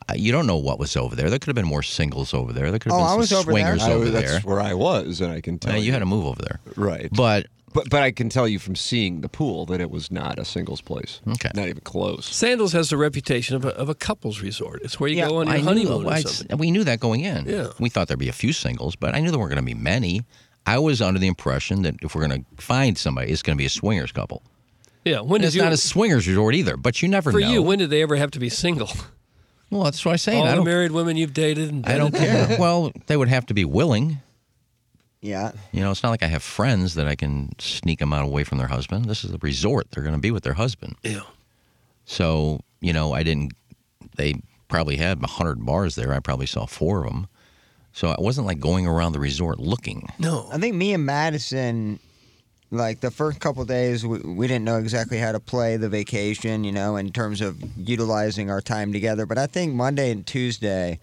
Speaker 5: Uh, You don't know what was over there. There could have been more singles over there. There could have
Speaker 4: Oh, I
Speaker 5: been
Speaker 4: was
Speaker 5: some
Speaker 4: over there.
Speaker 5: swingers
Speaker 2: I,
Speaker 5: over
Speaker 2: that's
Speaker 5: there.
Speaker 2: where I was, and I can tell
Speaker 5: Uh, you had to move over there.
Speaker 2: Right.
Speaker 5: But
Speaker 2: But but I can tell you from seeing the pool that it was not a singles place. Okay. Not even close.
Speaker 3: Sandals has the reputation of a, of a couples resort. It's where you go on your
Speaker 5: I knew-
Speaker 3: honeymoon or
Speaker 5: I-
Speaker 3: something.
Speaker 5: We knew that going in.
Speaker 3: Yeah.
Speaker 5: We thought there'd be a few singles, but I knew there weren't going to be many. I was under the impression that if we're going to find somebody, it's going to be a swingers couple.
Speaker 3: Yeah. When
Speaker 5: And
Speaker 3: did
Speaker 5: it's
Speaker 3: you,
Speaker 5: not a swingers resort either, but you never
Speaker 3: for
Speaker 5: know.
Speaker 3: you? When did they ever have to be single?
Speaker 5: well, that's what I say.
Speaker 3: All
Speaker 5: I
Speaker 3: the
Speaker 5: don't,
Speaker 3: married women you've dated. And <laughs>
Speaker 5: I don't
Speaker 3: dated.
Speaker 5: care. well, they would have to be willing.
Speaker 4: Yeah.
Speaker 5: You know, it's not like I have friends that I can sneak them out away from their husband. This is a resort. They're going to be with their husband.
Speaker 3: Yeah.
Speaker 5: So, you know, I didn't, they probably had 100 bars there. I probably saw four of them. So I wasn't like going around the resort looking.
Speaker 3: No.
Speaker 4: I think me and Madison, like the first couple days, we, we didn't know exactly how to play the vacation, you know, in terms of utilizing our time together. But I think Monday and Tuesday,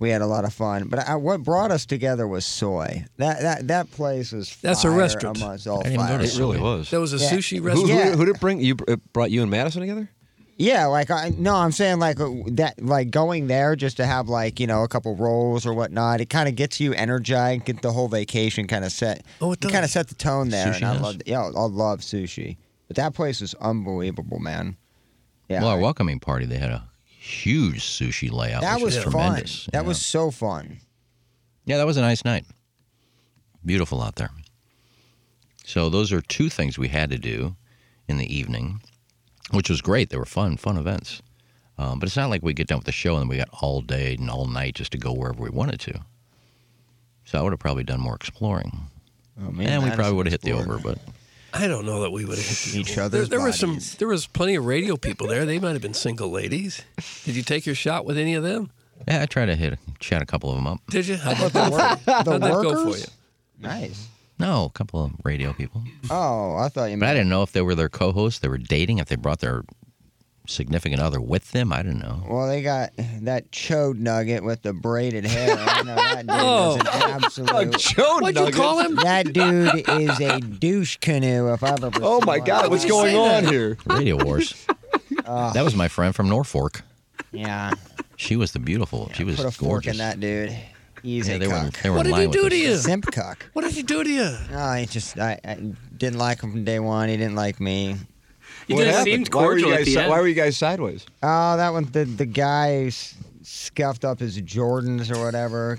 Speaker 4: we had a lot of fun. But I, what brought us together was soy. That that that place was
Speaker 3: That's a
Speaker 4: fire
Speaker 3: restaurant.
Speaker 4: amongst all
Speaker 5: I didn't even go
Speaker 4: fire.
Speaker 5: to
Speaker 2: It really was.
Speaker 3: There was a
Speaker 4: Yeah.
Speaker 3: sushi
Speaker 4: Who-
Speaker 2: Who,
Speaker 3: restaurant.
Speaker 2: who-
Speaker 4: Yeah.
Speaker 2: who did it bring you? It brought you and Madison together?
Speaker 4: Yeah, like I no, I'm saying like uh, that, like going there just to have like you know a couple rolls or whatnot. It kind of gets you energized, get the whole vacation kind of set.
Speaker 3: Oh, it
Speaker 4: Kind of
Speaker 3: does.
Speaker 4: set the tone there,
Speaker 5: Sushi
Speaker 4: and I
Speaker 5: does.
Speaker 4: love, yeah, I love sushi. But that place is unbelievable, man. Yeah,
Speaker 5: well, our welcoming party, they had a huge sushi layout.
Speaker 4: that
Speaker 5: which
Speaker 4: was fun.
Speaker 5: tremendous.
Speaker 4: That
Speaker 5: yeah.
Speaker 4: was so fun.
Speaker 5: yeah, that was a nice night. Beautiful out there. So those are two things we had to do in the evening, which was great. They were fun, fun events. Um, but it's not like we get done with the show and we got all day and all night just to go wherever we wanted to. So I would have probably done more exploring,
Speaker 4: Oh, man,
Speaker 5: and we
Speaker 4: that
Speaker 5: probably
Speaker 4: is
Speaker 5: would have hit the over.
Speaker 4: exploring.
Speaker 5: But
Speaker 3: I don't know that we would have
Speaker 4: <laughs>
Speaker 3: hit the-
Speaker 4: Each
Speaker 3: There,
Speaker 4: other's
Speaker 3: there was some. <laughs>
Speaker 4: bodies.
Speaker 3: There was plenty of radio people there. They might have been single ladies. Did you take your shot with any of them?
Speaker 5: yeah, I tried to hit chat a couple of them up.
Speaker 3: Did you? How about that?
Speaker 4: The
Speaker 3: How'd that go for
Speaker 4: workers?
Speaker 3: you?
Speaker 4: Nice.
Speaker 5: No, a couple of radio people.
Speaker 4: Oh, I thought you
Speaker 5: But I
Speaker 4: meant.
Speaker 5: didn't know if they were their co-hosts, they were dating, if they brought their significant other with them. I didn't know.
Speaker 4: Well, they got that chode nugget with the braided hair. I know that dude
Speaker 3: <laughs> Oh.
Speaker 4: was an absolute.
Speaker 2: Joe
Speaker 3: What'd you call him?
Speaker 4: That dude is a douche canoe. If I've ever.
Speaker 2: Oh
Speaker 4: seen
Speaker 2: my
Speaker 4: one.
Speaker 2: God! What's going on here?
Speaker 5: Radio
Speaker 4: <laughs>
Speaker 5: Wars.
Speaker 4: Ah.
Speaker 5: that was my friend from Norfolk.
Speaker 4: Yeah,
Speaker 5: She was the beautiful. she was
Speaker 4: put a
Speaker 5: gorgeous.
Speaker 4: fork in that dude. He's
Speaker 5: Yeah,
Speaker 4: a
Speaker 5: they were,
Speaker 4: cuck.
Speaker 5: they were
Speaker 3: What did
Speaker 5: in line
Speaker 3: he
Speaker 5: with
Speaker 3: do to
Speaker 5: us.
Speaker 3: you?
Speaker 4: Simp cuck.
Speaker 3: What did he do to you?
Speaker 4: Oh, I just I, I didn't like him from day one. He didn't like me.
Speaker 2: You
Speaker 10: guys seemed cordial
Speaker 2: Why were
Speaker 10: at
Speaker 2: you guys,
Speaker 10: the
Speaker 2: si-
Speaker 10: end.
Speaker 2: why were you guys sideways?
Speaker 4: Oh, that one the the guy s- scuffed up his Jordans or whatever.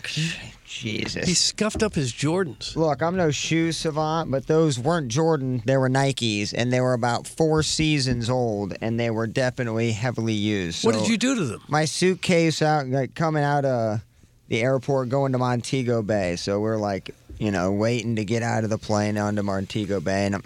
Speaker 4: Jesus.
Speaker 3: He scuffed up his Jordans.
Speaker 4: Look, I'm no shoe savant, but those weren't Jordan. They were Nikes, and they were about four seasons old, and they were definitely heavily used.
Speaker 3: What
Speaker 4: So
Speaker 3: did you do to them?
Speaker 4: My suitcase out, like coming out of the airport, going to Montego Bay. So we're like, you know, waiting to get out of the plane onto Montego Bay, and I'm,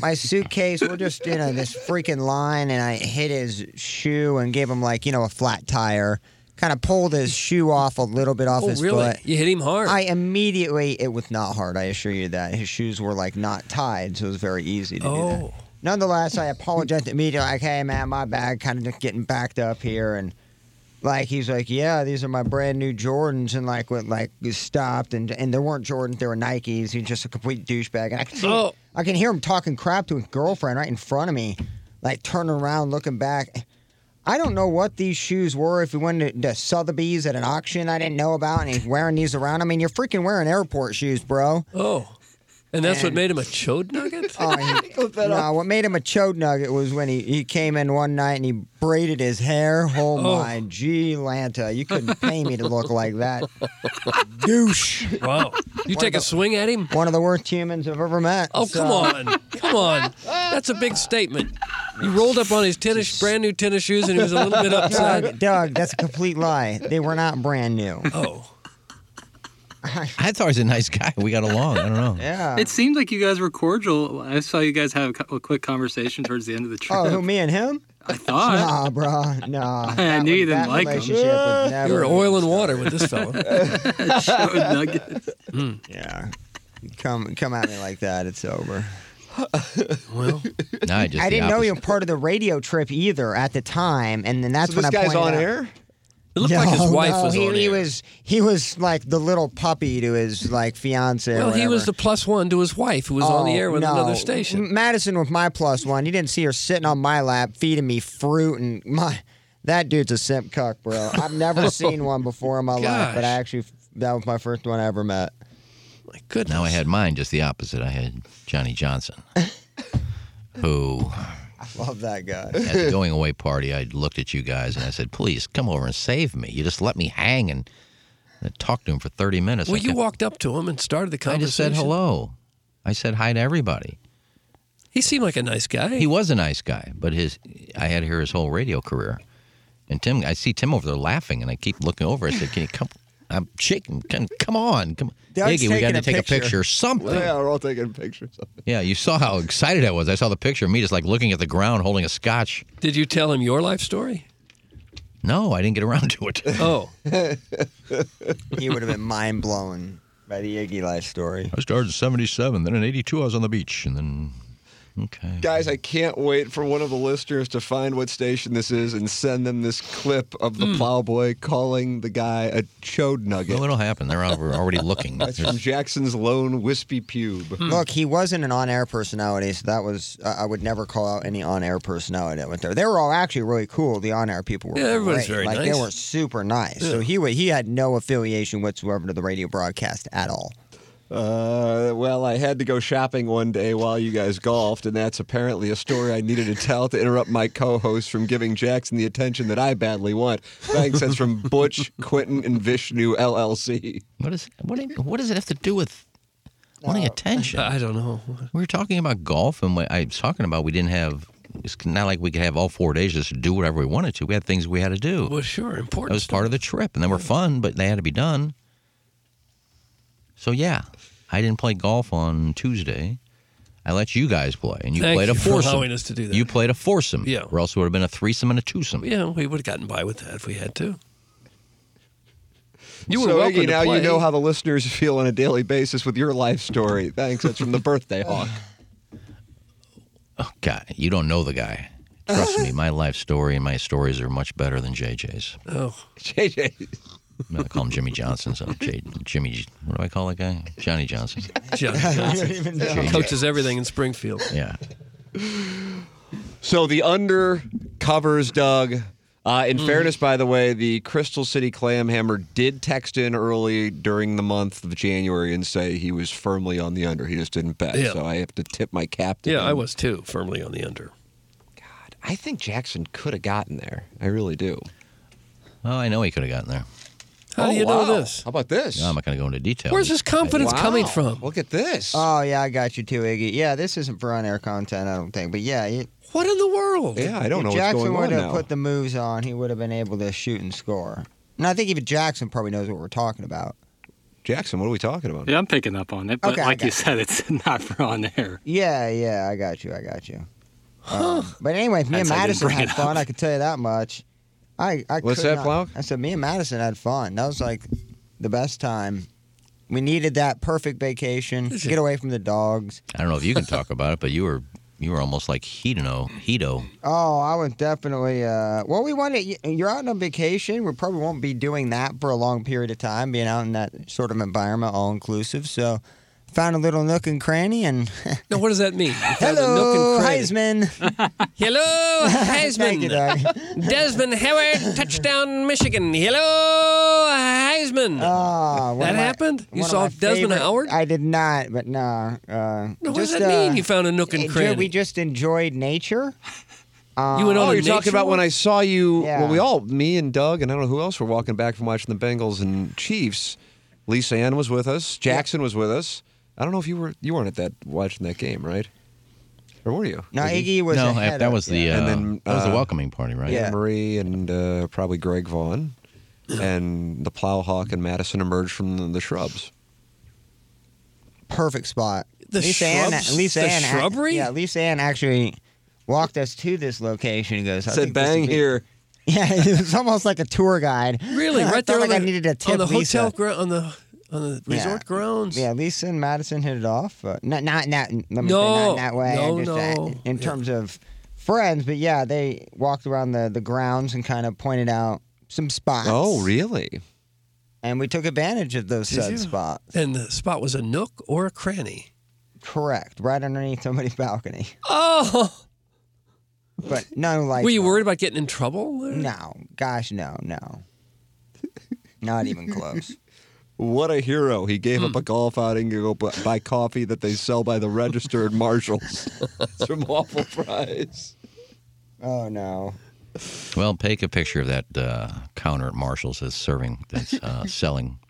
Speaker 4: my suitcase. We're just you know this freaking line, and I hit his shoe and gave him like you know a flat tire. Kind of pulled his shoe off a little bit off
Speaker 3: Oh,
Speaker 4: his
Speaker 3: really?
Speaker 4: foot.
Speaker 3: You hit him hard.
Speaker 4: I immediately it was not hard. I assure you that his shoes were like not tied, so it was very easy to do that.
Speaker 3: oh,
Speaker 4: Nonetheless, I apologized immediately. Like, hey man, my bag kind of just getting backed up here, and like he's like, yeah, these are my brand new Jordans, and like what like we stopped, and and there weren't Jordans, they were Nikes. He's just a complete douchebag, and I can see,
Speaker 3: Oh.
Speaker 4: I can hear him talking crap to his girlfriend right in front of me, like turning around, looking back. I don't know what these shoes were. If he went to, to Sotheby's at an auction, I didn't know about, and he's wearing these around. I mean, you're freaking wearing airport shoes, bro.
Speaker 3: oh, and that's what made him a chode nugget.
Speaker 4: Oh,
Speaker 3: <laughs>
Speaker 4: he, no, what made him a chode nugget was when he, he came in one night and he braided his hair. Oh, my gee, Lanta, you couldn't pay me to look like that. Douche.
Speaker 3: Wow. You take a swing at him?
Speaker 4: One of the worst humans I've ever met.
Speaker 3: Oh,
Speaker 4: so-
Speaker 3: come on. Come on. That's a big statement. He rolled up on his tennis, brand new tennis shoes, and he was a little bit
Speaker 4: Doug,
Speaker 5: <laughs>
Speaker 3: upset.
Speaker 4: Doug, that's a complete lie. They were not brand
Speaker 3: <laughs>
Speaker 4: new.
Speaker 3: Oh,
Speaker 5: I thought he was a nice guy. We got along. I don't know.
Speaker 4: Yeah.
Speaker 10: It seemed like you guys were cordial. I saw you guys have a cou- a quick conversation towards the end of the trip.
Speaker 9: <laughs>
Speaker 4: Oh, who, me and him?
Speaker 10: I
Speaker 3: Oh,
Speaker 10: thought.
Speaker 4: Nah, bro.
Speaker 3: <laughs>
Speaker 4: Nah.
Speaker 10: I knew you didn't
Speaker 4: that
Speaker 10: like him.
Speaker 4: relationship would
Speaker 3: you
Speaker 4: never.
Speaker 3: were oil and water with this fella.
Speaker 10: Chode nuggets.
Speaker 4: Yeah. Come, come at me like that. It's over.
Speaker 3: Well,
Speaker 5: No, I just
Speaker 4: I
Speaker 5: the
Speaker 4: didn't know you
Speaker 5: opposite.
Speaker 4: were part of the radio trip either at the time, and then that's
Speaker 2: So
Speaker 4: when
Speaker 2: this
Speaker 4: I
Speaker 2: guy's on
Speaker 4: pointed out-
Speaker 2: air.
Speaker 3: it looked like his
Speaker 4: No,
Speaker 3: wife
Speaker 4: no,
Speaker 3: was
Speaker 4: he,
Speaker 3: on
Speaker 4: he
Speaker 3: air.
Speaker 4: was he was like the little puppy to his like fiance. Oh,
Speaker 3: well, he was the plus one to his wife who was on
Speaker 5: Oh,
Speaker 3: the air with another
Speaker 4: M-
Speaker 3: station.
Speaker 4: Madison was my plus one. You didn't see her sitting on my lap feeding me fruit and <laughs> my that dude's a simp cuck,
Speaker 3: <laughs>
Speaker 4: bro. I've never seen one before in my life, but I
Speaker 3: Gosh.
Speaker 4: actually that was my first one I ever met.
Speaker 3: My goodness.
Speaker 5: Now Mm-hmm. I had mine just the opposite. I had
Speaker 4: <laughs>
Speaker 5: Johnny Johnson, who
Speaker 4: Love that guy.
Speaker 5: at the
Speaker 4: <laughs>
Speaker 5: going away party, I looked at you guys and I said, "Please come over and save me. You just let me hang and, and talk to him for thirty minutes."
Speaker 3: Well,
Speaker 5: I
Speaker 3: you
Speaker 5: kept-
Speaker 3: walked up to him and started the
Speaker 5: I
Speaker 3: conversation.
Speaker 5: just said hello. I said hi to everybody.
Speaker 3: He seemed like a nice guy.
Speaker 5: He was a nice guy, but his I had to hear his whole radio career. And Tim, I see Tim over there laughing, and I keep looking over. I said, "Can you come?" I'm shaking. Can, come on, come,
Speaker 2: Doug's
Speaker 5: Iggy, we got
Speaker 2: taking
Speaker 5: to take a picture or something.
Speaker 2: Yeah, we're all taking pictures. Of it.
Speaker 5: Yeah, you saw how excited I was. I saw the picture of me just like looking at the ground holding a scotch.
Speaker 3: Did you tell him your life
Speaker 5: <laughs>
Speaker 3: story?
Speaker 5: No, I didn't get around <laughs> to it.
Speaker 3: Oh.
Speaker 4: he would have been mind blown by the Iggy life story.
Speaker 5: I started in 77, then in 82, I was on the beach, and then. Okay.
Speaker 2: Guys, I can't wait for one of the listeners to find what station this is and send them this clip of the plowboy calling the guy a chode nugget.
Speaker 5: No, it'll happen. They're al- we're already looking.
Speaker 2: <laughs> That's from Jackson's lone wispy pube.
Speaker 4: Look, he wasn't an on-air personality, so that was I I would never call out any on-air personality that went there. They were all actually really cool. The on-air people were
Speaker 3: Yeah, everybody's
Speaker 4: great.
Speaker 3: very
Speaker 4: like
Speaker 3: nice.
Speaker 4: they were super nice. So he wa- he had no affiliation whatsoever to the radio broadcast at all.
Speaker 2: Uh, well, I had to go shopping one day while you guys golfed, and that's apparently a story I needed to tell to interrupt my co-host from giving Jackson the attention that I badly want. Thanks. That's from Butch, Quentin, and Vishnu LLC.
Speaker 5: What is what? do you- What does it have to do with wanting attention?
Speaker 3: I don't know.
Speaker 5: We were talking about golf, and what I was talking about we didn't have. It's not like we could have all four days just to do whatever we wanted to. We had things we had to do.
Speaker 3: Well, sure, important.
Speaker 5: That was part of the trip, and they were fun, but they had to be done. So yeah, I didn't play golf on Tuesday. I let you guys play, and you
Speaker 3: Thank
Speaker 5: played a
Speaker 3: you for
Speaker 5: foursome.
Speaker 3: allowing us to do that.
Speaker 5: You played a foursome,
Speaker 3: Yeah.
Speaker 5: or else it would have been a threesome and a twosome.
Speaker 3: Yeah, we would have gotten by with that if we had to. You were
Speaker 2: so,
Speaker 3: welcome
Speaker 2: Iggy,
Speaker 3: to
Speaker 2: now
Speaker 3: play.
Speaker 2: you know how the listeners feel on a daily basis with your life story. Thanks. That's from the Birthday Hawk. <laughs>
Speaker 5: Oh, God, you don't know the guy. Trust me, my life story and my stories are much better than JJ's.
Speaker 3: Oh,
Speaker 2: JJ.
Speaker 5: I'm gonna call him Jimmy Johnson. So J- Jimmy, what do I call that guy? Johnny Johnson.
Speaker 3: Johnny
Speaker 2: I don't
Speaker 3: Johnson.
Speaker 2: even know.
Speaker 3: He coaches everything in Springfield.
Speaker 5: Yeah.
Speaker 2: So the under covers, Doug. Uh,
Speaker 3: Mm-hmm.
Speaker 2: in fairness, by the way, the Crystal City Clam Hammer did text in early during the month of January and say he was firmly on the under. He just didn't bet.
Speaker 3: Yeah.
Speaker 2: So I have to tip my cap to
Speaker 3: Yeah, I
Speaker 2: him.
Speaker 3: was too, firmly on the under.
Speaker 2: I think Jackson could have gotten there. I really do.
Speaker 5: Oh, I know he could have gotten there.
Speaker 3: How do
Speaker 2: Oh,
Speaker 3: you know
Speaker 2: wow.
Speaker 3: this?
Speaker 2: How about this?
Speaker 5: No, I'm not gonna go into detail.
Speaker 3: Where's this confidence
Speaker 2: Wow.
Speaker 3: coming from? Uh,
Speaker 2: Look at this.
Speaker 4: Oh yeah, I got you too, Iggy. Yeah, this isn't for on-air content, I don't think. But yeah, it,
Speaker 3: What in the world?
Speaker 2: yeah, I don't
Speaker 4: if
Speaker 2: know what's
Speaker 4: Jackson
Speaker 2: going on
Speaker 4: would have
Speaker 2: now.
Speaker 4: put the moves on, he would have been able to shoot and score. And I think even Jackson probably knows what we're talking about.
Speaker 2: Jackson, what are we talking about?
Speaker 9: Yeah, I'm picking up on it, but
Speaker 4: Okay, I
Speaker 9: like you
Speaker 4: got
Speaker 9: said, it's <laughs> not for on air.
Speaker 4: Yeah, yeah, I got you. I got you. Um, but anyway, me and
Speaker 9: That's how you
Speaker 4: Madison
Speaker 9: bring
Speaker 4: had
Speaker 9: it up.
Speaker 4: fun. I can tell you that much. I, I
Speaker 2: What's
Speaker 4: could
Speaker 2: that,
Speaker 4: not-
Speaker 2: Plow?
Speaker 4: I said me and Madison had fun. That was like the best time. We needed that perfect vacation.
Speaker 3: Is it-
Speaker 4: Get away from the dogs.
Speaker 5: I don't know if you can talk about it, but you were you were almost like Hito. Hito.
Speaker 4: Oh, I was definitely. Uh, well, we wanted. you- You're out on a vacation. We probably won't be doing that for a long period of time. Being out in that sort of environment, all inclusive. So, found a little nook and cranny, and <laughs>
Speaker 3: Now, what does that mean? You found a
Speaker 4: hello,
Speaker 3: nook and cranny.
Speaker 4: Heisman.
Speaker 3: Hello,
Speaker 4: Thank you,
Speaker 3: Heisman.
Speaker 4: Doug.
Speaker 3: Desmond Howard, touchdown, Michigan. Hello, Heisman.
Speaker 4: Ah, one
Speaker 3: that
Speaker 4: of my-
Speaker 3: happened? You
Speaker 4: one of
Speaker 3: saw
Speaker 4: my
Speaker 3: Desmond
Speaker 4: favorite-
Speaker 3: Howard?
Speaker 4: I did not, but no. Uh,
Speaker 3: no, what
Speaker 4: just,
Speaker 3: does that mean?
Speaker 4: uh,
Speaker 3: You found a nook and
Speaker 4: it-
Speaker 3: cranny.
Speaker 4: We just enjoyed nature.
Speaker 3: you went on
Speaker 2: Oh,
Speaker 3: a
Speaker 2: you're talking
Speaker 3: nature
Speaker 2: about when
Speaker 3: walk?
Speaker 2: I saw you.
Speaker 4: Yeah.
Speaker 2: Well, we all, me and Doug, and I don't know who else were walking back from watching the Bengals and Chiefs. Lisa Ann was with us. Jackson was with us. I don't know if you were you weren't at that watching that game, right? Or were you?
Speaker 4: No, Iggy was
Speaker 5: no,
Speaker 4: ahead
Speaker 5: that
Speaker 4: of-
Speaker 5: was the
Speaker 4: yeah.
Speaker 5: uh,
Speaker 2: And then,
Speaker 5: that was the
Speaker 2: uh,
Speaker 5: welcoming party, right?
Speaker 4: Yeah.
Speaker 2: Marie and uh, probably Greg Vaughn, and the Plowhawk and Madison emerged from the, the shrubs.
Speaker 5: uh,
Speaker 4: perfect spot.
Speaker 3: The shrubs?
Speaker 4: Ann, Lisa
Speaker 3: The
Speaker 4: Ann, ac-
Speaker 3: shrubbery?
Speaker 4: Yeah, Lisa Ann actually walked us to this location. He goes, I
Speaker 2: Said
Speaker 4: think this
Speaker 2: bang
Speaker 4: would be-"
Speaker 2: here.
Speaker 4: <laughs> Yeah, it was almost like a tour guide.
Speaker 3: Really,
Speaker 4: <laughs> I
Speaker 3: right there
Speaker 4: felt
Speaker 3: on
Speaker 4: like I
Speaker 3: the,
Speaker 4: needed a tip.
Speaker 3: on the
Speaker 4: Lisa.
Speaker 3: hotel gro- on the on the resort grounds.
Speaker 4: Yeah, Lisa and Madison hit it off. Uh, not not in that. Let me say, not
Speaker 3: No,
Speaker 4: in that way.
Speaker 3: no,
Speaker 4: just that-
Speaker 3: no.
Speaker 4: in
Speaker 3: Yeah.
Speaker 4: terms of friends, but yeah, they walked around the the grounds and kind of pointed out some spots.
Speaker 2: Oh, really?
Speaker 4: And we took advantage of those
Speaker 3: Did you?
Speaker 4: said spots.
Speaker 3: And the spot was a nook or a cranny.
Speaker 4: Correct, right underneath somebody's <laughs> balcony.
Speaker 3: Oh,
Speaker 4: But no light.
Speaker 3: were you
Speaker 4: bulb.
Speaker 3: worried about getting in trouble? <laughs>
Speaker 4: No, gosh, no, no. Not even close.
Speaker 2: What a hero. He gave
Speaker 4: Hmm.
Speaker 2: up a golf outing to go bu- buy coffee that they sell by the register at <laughs> Marshall's. It's from Waffle Fries.
Speaker 4: Oh, no.
Speaker 5: Well, take a picture of that uh, counter at Marshall's that's serving, that's
Speaker 4: <laughs>
Speaker 5: uh, selling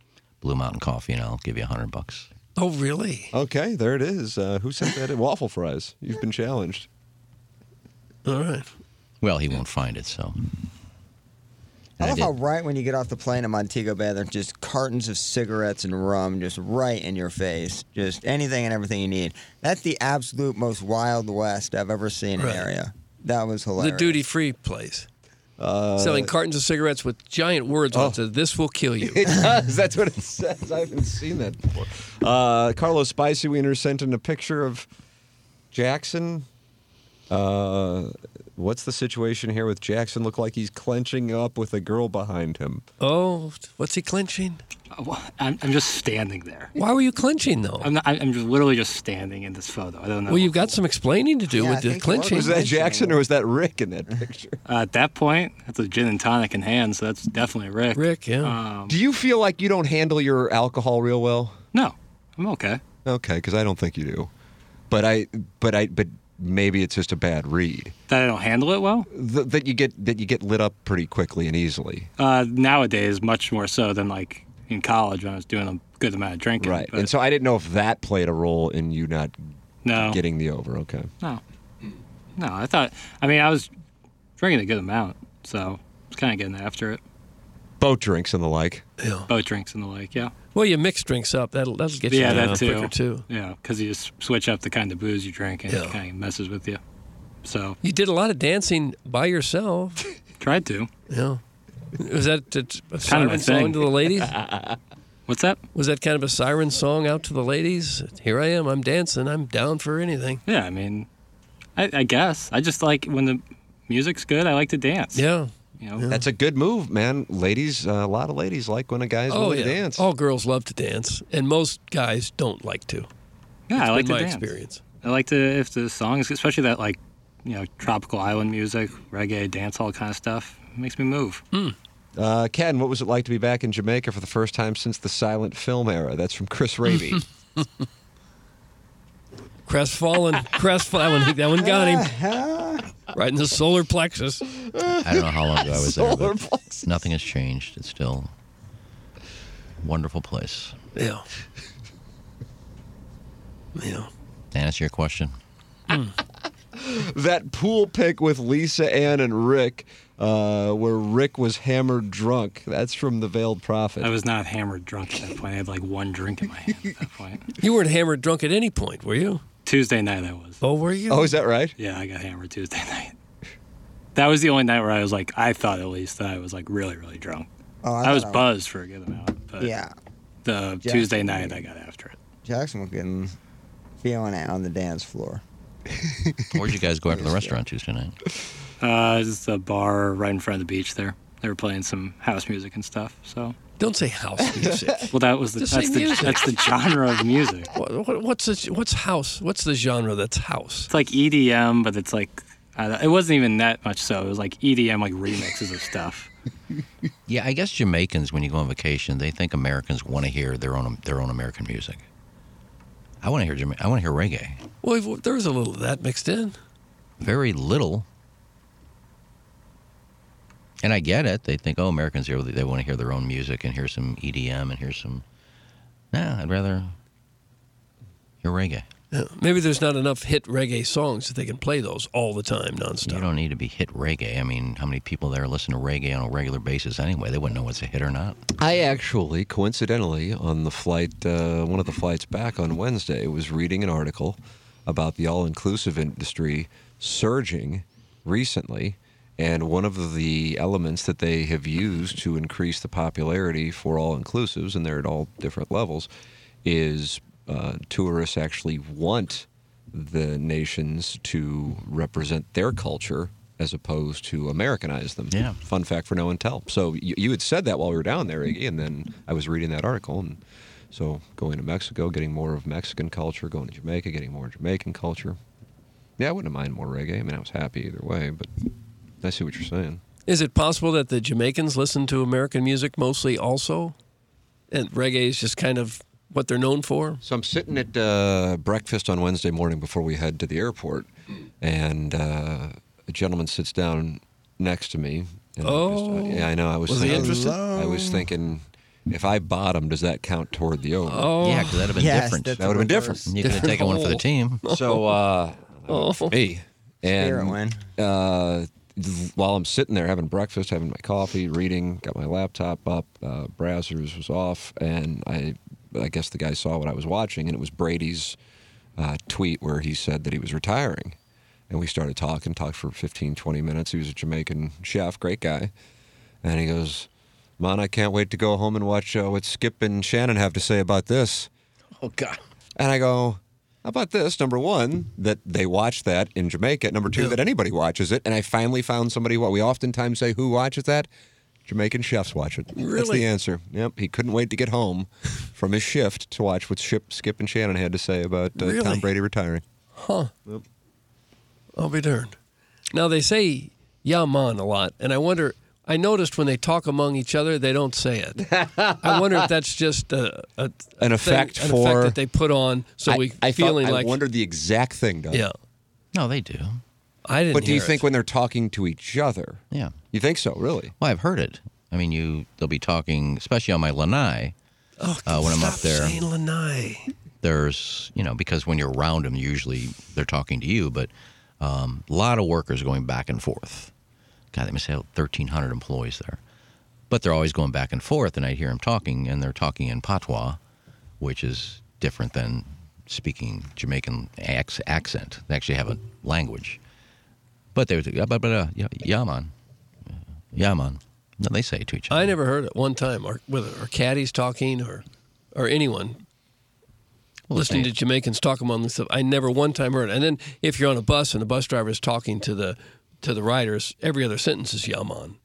Speaker 5: Blue Mountain coffee, and I'll give you a hundred bucks.
Speaker 3: Oh, really?
Speaker 2: Okay, there it is. Uh, who sent that in? Waffle Fries. You've been <laughs> challenged.
Speaker 3: All right.
Speaker 5: Well, he won't find it, so.
Speaker 4: I love how right when you get off the plane at Montego Bay, there's just cartons of cigarettes and rum just right in your face. Just anything and everything you need. That's the absolute most Wild West I've ever seen
Speaker 3: Right.
Speaker 4: in an area. That was
Speaker 3: The
Speaker 4: hilarious.
Speaker 3: duty free place.
Speaker 9: Uh,
Speaker 3: Selling cartons of cigarettes with giant words
Speaker 9: Oh.
Speaker 3: on it that says, This will
Speaker 9: <laughs>
Speaker 3: kill you.
Speaker 2: It does. That's what it says. I haven't seen that before. Uh, Carlos Spicy Wiener sent in a picture of Jackson. Uh, what's the situation here with Jackson? Look like he's clenching up with a girl behind him.
Speaker 3: Oh, what's he clenching?
Speaker 9: I'm, I'm just standing there.
Speaker 3: Why were you clenching though?
Speaker 9: I'm, not, I'm I'm just literally just standing in this photo. I don't know.
Speaker 3: Well, you've got some explaining to do
Speaker 9: Yeah, I
Speaker 3: with the
Speaker 9: think it was
Speaker 3: clenching.
Speaker 9: Was that Jackson
Speaker 2: or was that Rick in that picture?
Speaker 9: Uh, at that point, that's a gin and tonic in hand, so that's definitely Rick.
Speaker 3: Rick,
Speaker 9: yeah. Um,
Speaker 2: Do you feel like you don't handle your alcohol real well?
Speaker 9: No, I'm okay.
Speaker 2: Okay, because I don't think you do. But I, but I, but maybe it's just a bad read.
Speaker 9: That I don't handle it well.
Speaker 2: Th- that you get that you get lit up pretty quickly and easily.
Speaker 9: uh, nowadays, much more so than like in college when I was doing a good amount of drinking.
Speaker 2: Right.
Speaker 9: But
Speaker 2: and so I didn't know if that played a role in you not
Speaker 9: No.
Speaker 2: getting the over. Okay.
Speaker 9: no, no, I thought. I mean, I was drinking a good amount, so it's kind of getting after it.
Speaker 2: Boat drinks and the like.
Speaker 9: Boat drinks and the like, yeah.
Speaker 3: Well, you mix drinks up. That'll that'll get Oh. you
Speaker 9: yeah,
Speaker 3: down
Speaker 9: that too.
Speaker 3: quicker too.
Speaker 9: Yeah, because you just switch up the kind of booze you drink, and it
Speaker 3: Yeah.
Speaker 9: kind of messes with you. So
Speaker 3: You did a lot of dancing by yourself.
Speaker 9: tried to.
Speaker 3: Yeah. Was that a, a
Speaker 9: kind of my
Speaker 3: siren song
Speaker 9: thing.
Speaker 3: to the
Speaker 9: <laughs>
Speaker 3: ladies?
Speaker 9: What's that?
Speaker 3: Was that kind of a siren song out to the ladies? Here I am. I'm dancing. I'm down for anything.
Speaker 9: Yeah, I mean, I, I guess I just like when the music's good. I like to dance.
Speaker 3: Yeah.
Speaker 9: You know,
Speaker 2: That's a good move, man. Ladies, uh, a lot of ladies like when a guy's
Speaker 3: oh
Speaker 2: willing
Speaker 3: yeah.
Speaker 2: to dance.
Speaker 3: All girls love to dance, and most guys don't like to.
Speaker 9: Yeah,
Speaker 3: It's
Speaker 9: I like
Speaker 3: been
Speaker 9: to
Speaker 3: my
Speaker 9: dance.
Speaker 3: experience.
Speaker 9: I like to if the songs, especially that like, you know, tropical island music, reggae, dancehall kind of stuff, makes me move.
Speaker 2: Uh, Ken, what was it like to be back in Jamaica for the first time since the silent film era? That's from
Speaker 3: <laughs>
Speaker 2: Chris Raby.
Speaker 3: Crestfallen, <laughs> crestfallen. That one got
Speaker 2: <laughs>
Speaker 3: him. Right in the solar plexus.
Speaker 5: I don't know how long ago I
Speaker 4: <laughs>
Speaker 5: was there, but nothing has changed. It's still a wonderful place.
Speaker 3: Yeah. Yeah.
Speaker 5: To answer your question,
Speaker 2: that pool pick with Lisa Ann and Rick, uh, where Rick was hammered drunk. That's from The Veiled Prophet.
Speaker 9: I was not hammered drunk at that point. I had like one drink in my hand at that point.
Speaker 3: <laughs> You weren't hammered drunk at any point, were you?
Speaker 9: Tuesday night I was.
Speaker 3: Oh, were you?
Speaker 2: Oh, is that right?
Speaker 9: Yeah, I got hammered Tuesday <laughs> night. That was the only night where I was like, I thought at least that I was like really, really drunk.
Speaker 4: Oh, I
Speaker 9: I, was
Speaker 4: thought I was-
Speaker 9: buzzed for a good amount. But
Speaker 4: Yeah.
Speaker 9: The
Speaker 4: Yeah.
Speaker 9: Tuesday night I got after it.
Speaker 4: Jackson was getting feeling it on the dance floor.
Speaker 5: where'd you guys
Speaker 3: <laughs>
Speaker 5: go after the restaurant Tuesday night?
Speaker 9: Uh, it was a bar right in front of the beach there. They were playing some house music and stuff. So.
Speaker 3: Don't say house
Speaker 2: <laughs>
Speaker 3: music.
Speaker 9: Well, that was the,
Speaker 3: Just
Speaker 9: that's
Speaker 3: say
Speaker 9: the
Speaker 3: music.
Speaker 9: that's the genre of music.
Speaker 3: What, what, what's the, what's house? What's the genre that's house?
Speaker 9: It's like EDM, but it's like I don't- it wasn't even that much. So it was like EDM, like remixes of stuff.
Speaker 5: Yeah, I guess Jamaicans, when you go on vacation, they think Americans want to hear their own their own American music. I want to hear Jama- I want to hear reggae.
Speaker 3: Well, if- there was a little of that mixed in.
Speaker 5: Very little. And I get it. They think, oh, Americans here, they want to hear their own music and hear some EDM and hear some. Nah, I'd rather hear reggae.
Speaker 3: Yeah. Maybe there's not enough hit reggae songs that they can play those all the time, nonstop.
Speaker 5: You don't need to be hit reggae. I mean, how many people there listen to reggae on a regular basis anyway? They wouldn't know what's a hit or not.
Speaker 2: I actually, coincidentally, on the flight, uh, one of the flights back on Wednesday, was reading an article about the all-inclusive industry surging recently, and one of the elements that they have used to increase the popularity for all-inclusives, and they're at all different levels, is uh, tourists actually want the nations to represent their culture as opposed to Americanize them. Yeah. Fun fact for no one tell. So you, you had said that while we were down there, Iggy, and then I was reading that article. And so going to Mexico, getting more of Mexican culture, going to Jamaica, getting more Jamaican culture. Yeah, I wouldn't mind more reggae. I mean, I was happy either way, but I see what you're saying.
Speaker 3: Is it possible that the Jamaicans listen to American music mostly also? and reggae is just kind of what they're known for.
Speaker 2: So I'm sitting at uh, breakfast on Wednesday morning before we head to the airport, and uh, a gentleman sits down next to me. And I
Speaker 3: Oh.
Speaker 2: just- uh, yeah, I know. I was,
Speaker 3: Was he
Speaker 2: thinking,
Speaker 3: interested?
Speaker 2: I was thinking, if I bottom, does that count toward the over?
Speaker 3: Oh. Yeah, 'cause that'd have been Yes, different. that's
Speaker 2: That would have been
Speaker 3: the
Speaker 2: different.
Speaker 3: reverse. You could've taken one for <laughs> the team.
Speaker 2: So, uh,
Speaker 3: Oh.
Speaker 2: for me.
Speaker 4: Spirit
Speaker 2: And
Speaker 4: win.
Speaker 2: uh, while I'm sitting there having breakfast, having my coffee, reading, got my laptop up, uh, browsers was off, and I, I guess the guy saw what I was watching, and it was Brady's uh, tweet where he said that he was retiring. And we started talking, talked for 15, 20 minutes. He was a Jamaican chef, great guy. And he goes, Man, I can't wait to go home and watch uh, what Skip and Shannon have to say about this.
Speaker 5: Oh God.
Speaker 2: And I go, how about this? Number one, that they watch that in Jamaica. Number two, that anybody watches it. And I finally found somebody. What we oftentimes say, who watches that? Jamaican chefs watch it. That's
Speaker 3: Really?
Speaker 2: the answer. Yep. He couldn't wait to get home from his shift to watch what Ship, Skip and Shannon had to say about uh,
Speaker 3: Really?
Speaker 2: Tom Brady retiring.
Speaker 3: Huh. I'll be darned. Now they say Yaman a lot, and I wonder. I noticed when they talk among each other, they don't say it. I wonder if that's just a, a
Speaker 2: <laughs> An
Speaker 3: a
Speaker 2: effect
Speaker 3: thing- an
Speaker 2: for
Speaker 3: that they put on, so
Speaker 2: I-
Speaker 3: we
Speaker 2: I thought-
Speaker 3: feeling
Speaker 2: I
Speaker 3: like
Speaker 2: wondered the exact thing. Doug.
Speaker 3: Yeah.
Speaker 5: No, they do.
Speaker 3: I didn't.
Speaker 2: But do you
Speaker 3: hear it.
Speaker 2: think when they're talking to each other?
Speaker 5: Yeah.
Speaker 2: You think so? Really?
Speaker 5: Well, I've heard it. I mean, you they'll be talking, especially on my lanai.
Speaker 3: Oh,
Speaker 5: uh, when I'm
Speaker 3: stop
Speaker 5: up there.
Speaker 3: saying lanai.
Speaker 5: There's, you know, because when you're around them, usually they're talking to you, but a um, lot of workers going back and forth. God, they must have 1,300 employees there. But they're always going back and forth, and I hear them talking, and they're talking in patois, which is different than speaking Jamaican ac- accent. They actually have a language. But they would say, "Yeah, but, but, uh, yeah, Yaman. Yaman. No, they say it to each
Speaker 3: I never heard it one time, or whether or caddies talking or or anyone listening to Jamaicans talk among themselves. I never one time heard it. And then if you're on a bus and the bus driver is talking to the to the riders, every other sentence is Yaman.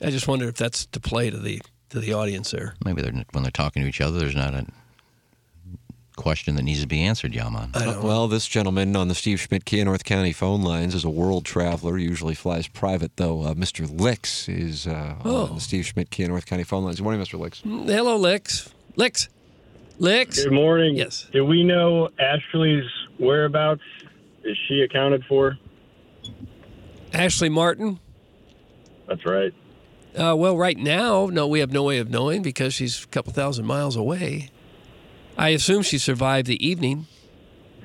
Speaker 3: I just wonder if that's to play to the to the audience there.
Speaker 5: Maybe they're when they're talking to each other, there's not a question that needs to be answered, Yaman.
Speaker 2: Uh, well, this gentleman on the Steve Schmidt Kia North County phone lines is a world traveler, usually flies private, though. Uh, Mr. Licks is uh, on the Steve Schmidt Kia North County phone lines. Good morning, Mr. Licks.
Speaker 3: Hello, Lex. Lex. Lex.
Speaker 11: Good morning.
Speaker 3: Yes.
Speaker 11: Do we know Ashley's whereabouts? Is she accounted for?
Speaker 3: Ashley Martin.
Speaker 11: That's right.
Speaker 3: Uh, well, right now, no, we have no way of knowing because she's a couple thousand miles away. I assume she survived the evening.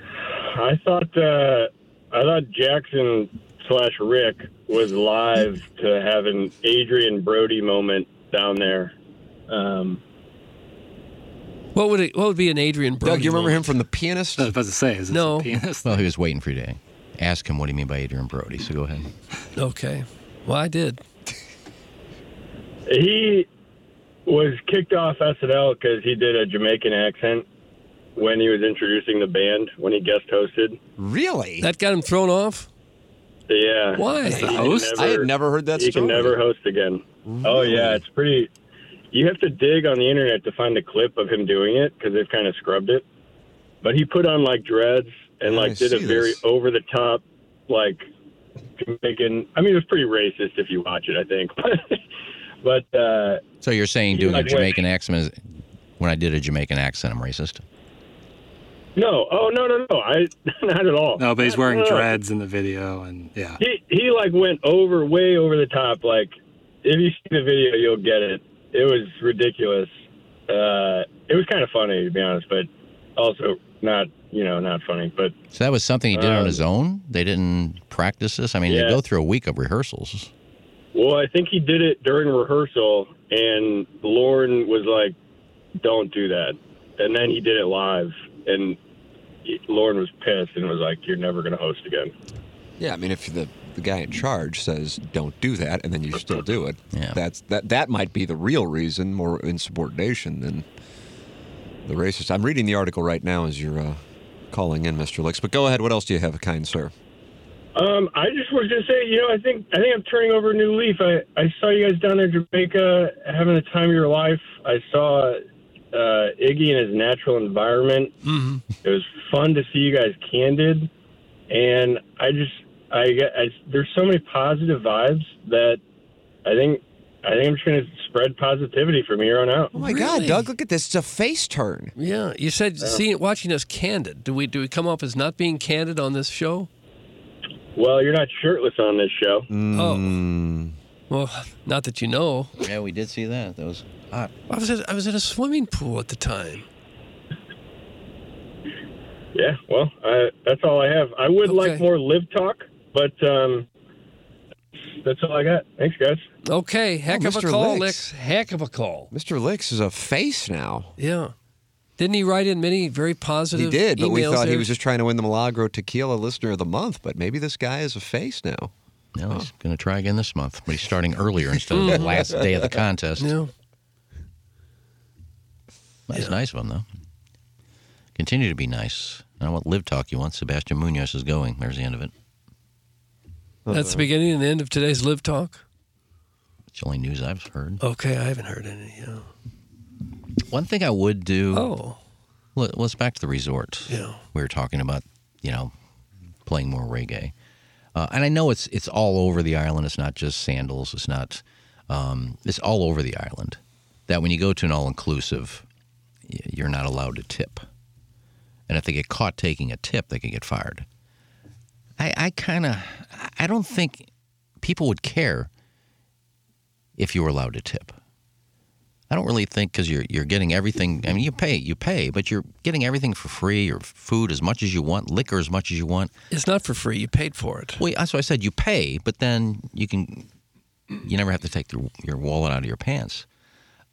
Speaker 11: I thought uh, I thought Jackson slash Rick was live to have an Adrian Brody moment down there. Um,
Speaker 3: What would it, what would be an Adrian Brody?
Speaker 2: Doug, you remember him from The Pianist?
Speaker 9: Uh,
Speaker 2: I was
Speaker 10: about to say, is
Speaker 3: No.
Speaker 5: Well, he was waiting for you to ask him what do you mean by Adrian Brody. So go ahead.
Speaker 3: Okay. Well, I did.
Speaker 11: he was kicked off SNL because he did a Jamaican accent when he was introducing the band when he guest hosted.
Speaker 2: Really?
Speaker 3: That got him thrown off?
Speaker 11: Yeah. <laughs>
Speaker 3: Why?
Speaker 11: He can
Speaker 2: I had never heard that
Speaker 11: he
Speaker 2: story.
Speaker 11: can never host again. Oh yeah, it's pretty. You have to dig on the internet to find a clip of him doing it because they've kind of scrubbed it. But he put on like dreads and
Speaker 12: Yeah, I
Speaker 11: like did a
Speaker 12: see
Speaker 11: very
Speaker 12: this.
Speaker 11: over the top like Jamaican. I mean, it was pretty racist if you watch it. I think, <laughs> but uh,
Speaker 5: So you're saying
Speaker 11: He
Speaker 5: doing a
Speaker 11: like
Speaker 5: Jamaican accent is when I did a Jamaican accent, I'm racist.
Speaker 11: no, oh no, no, no, I <laughs> not at all.
Speaker 10: No, but he's wearing
Speaker 11: No, no, no.
Speaker 10: dreads in the video, and yeah.
Speaker 11: He he like went over way over the top. Like if you see the video, you'll get it. It was ridiculous. Uh, it was kind of funny to be honest, but also not you know not funny. But
Speaker 5: So that was something he did on
Speaker 11: Um,
Speaker 5: his own. They didn't practice this. I mean,
Speaker 11: yeah.
Speaker 5: they go through a week of rehearsals.
Speaker 11: well, I think he did it during rehearsal, and Lauren was like, "Don't do that." And then he did it live, and Lauren was pissed and was like, "You're never going to host again."
Speaker 2: Yeah, I mean, if the, the guy in charge says don't do that, and then you still do it,
Speaker 5: Yeah.
Speaker 2: that's that that might be the real reason, more insubordination than the racist. I'm reading the article right now as you're uh, calling in, Mr. Licks. But go ahead. What else do you have, kind sir?
Speaker 11: Um, I just was gonna say, you know, I think I think I'm turning over a new leaf. I, I saw you guys down there in Jamaica having the time of your life. I saw uh, Iggy in his natural environment. It was fun to see you guys candid, and I just I, get- I there's so many positive vibes that I think I think I'm trying to spread positivity from here on out.
Speaker 2: Oh my God, Doug! Look at this. It's a face turn.
Speaker 3: Yeah, you said
Speaker 11: Yeah.
Speaker 3: seeing, watching us candid. Do we do we come off as not being candid on this show?
Speaker 11: Well, you're not shirtless on this show. Hmm.
Speaker 3: Oh, well, not that you know.
Speaker 5: Yeah, we did see that. That was hot.
Speaker 3: I was at, I was in a swimming pool at the time.
Speaker 11: Yeah, well, I, that's all I have. I would like more live talk, but um, that's all I got. Thanks, guys.
Speaker 3: Okay, heck
Speaker 11: Oh,
Speaker 3: of a
Speaker 11: Mr.
Speaker 3: call,
Speaker 11: Licks.
Speaker 3: Licks. Heck of a call.
Speaker 2: Mr. Licks is a face now.
Speaker 3: Yeah. Didn't he write in many very positive?
Speaker 2: He did, but we
Speaker 3: emails
Speaker 2: thought he
Speaker 3: there?
Speaker 2: was just trying to win the Milagro Tequila Listener of the Month. But maybe this guy is a face now.
Speaker 5: No, he's going to try again this month, but he's starting earlier instead of the
Speaker 2: Mhm.
Speaker 5: last day of the contest.
Speaker 3: Hmm. Yeah.
Speaker 5: That's nice of him, though. Continue to be nice. I don't know what live talk you want. Sebastian Munoz is going. There's the end of it.
Speaker 3: That's the beginning and the end of today's live talk.
Speaker 5: It's the only news I've heard.
Speaker 3: Okay, I haven't heard any. Yeah.
Speaker 5: One thing I would
Speaker 2: Hmm.
Speaker 5: do.
Speaker 3: Oh.
Speaker 5: Let, let's back to the resort.
Speaker 3: Yeah.
Speaker 5: We were talking about, you know, playing more reggae. Uh, and I know it's it's all over the island. It's not just sandals. It's not. Um, it's all over the island. That when you go to an all inclusive, you're not allowed to tip. And if they get caught taking a tip, they can get fired. I, I kind of, I don't think people would care if you were allowed to tip. I don't really think because you're you're getting everything. I mean, you pay, you pay, but you're getting everything for free. Your food as much as you want, liquor as much as you want.
Speaker 3: It's not for free. You paid for it.
Speaker 5: Well, that's why I said you pay, but then you can, you never have to take your, your wallet out of your pants.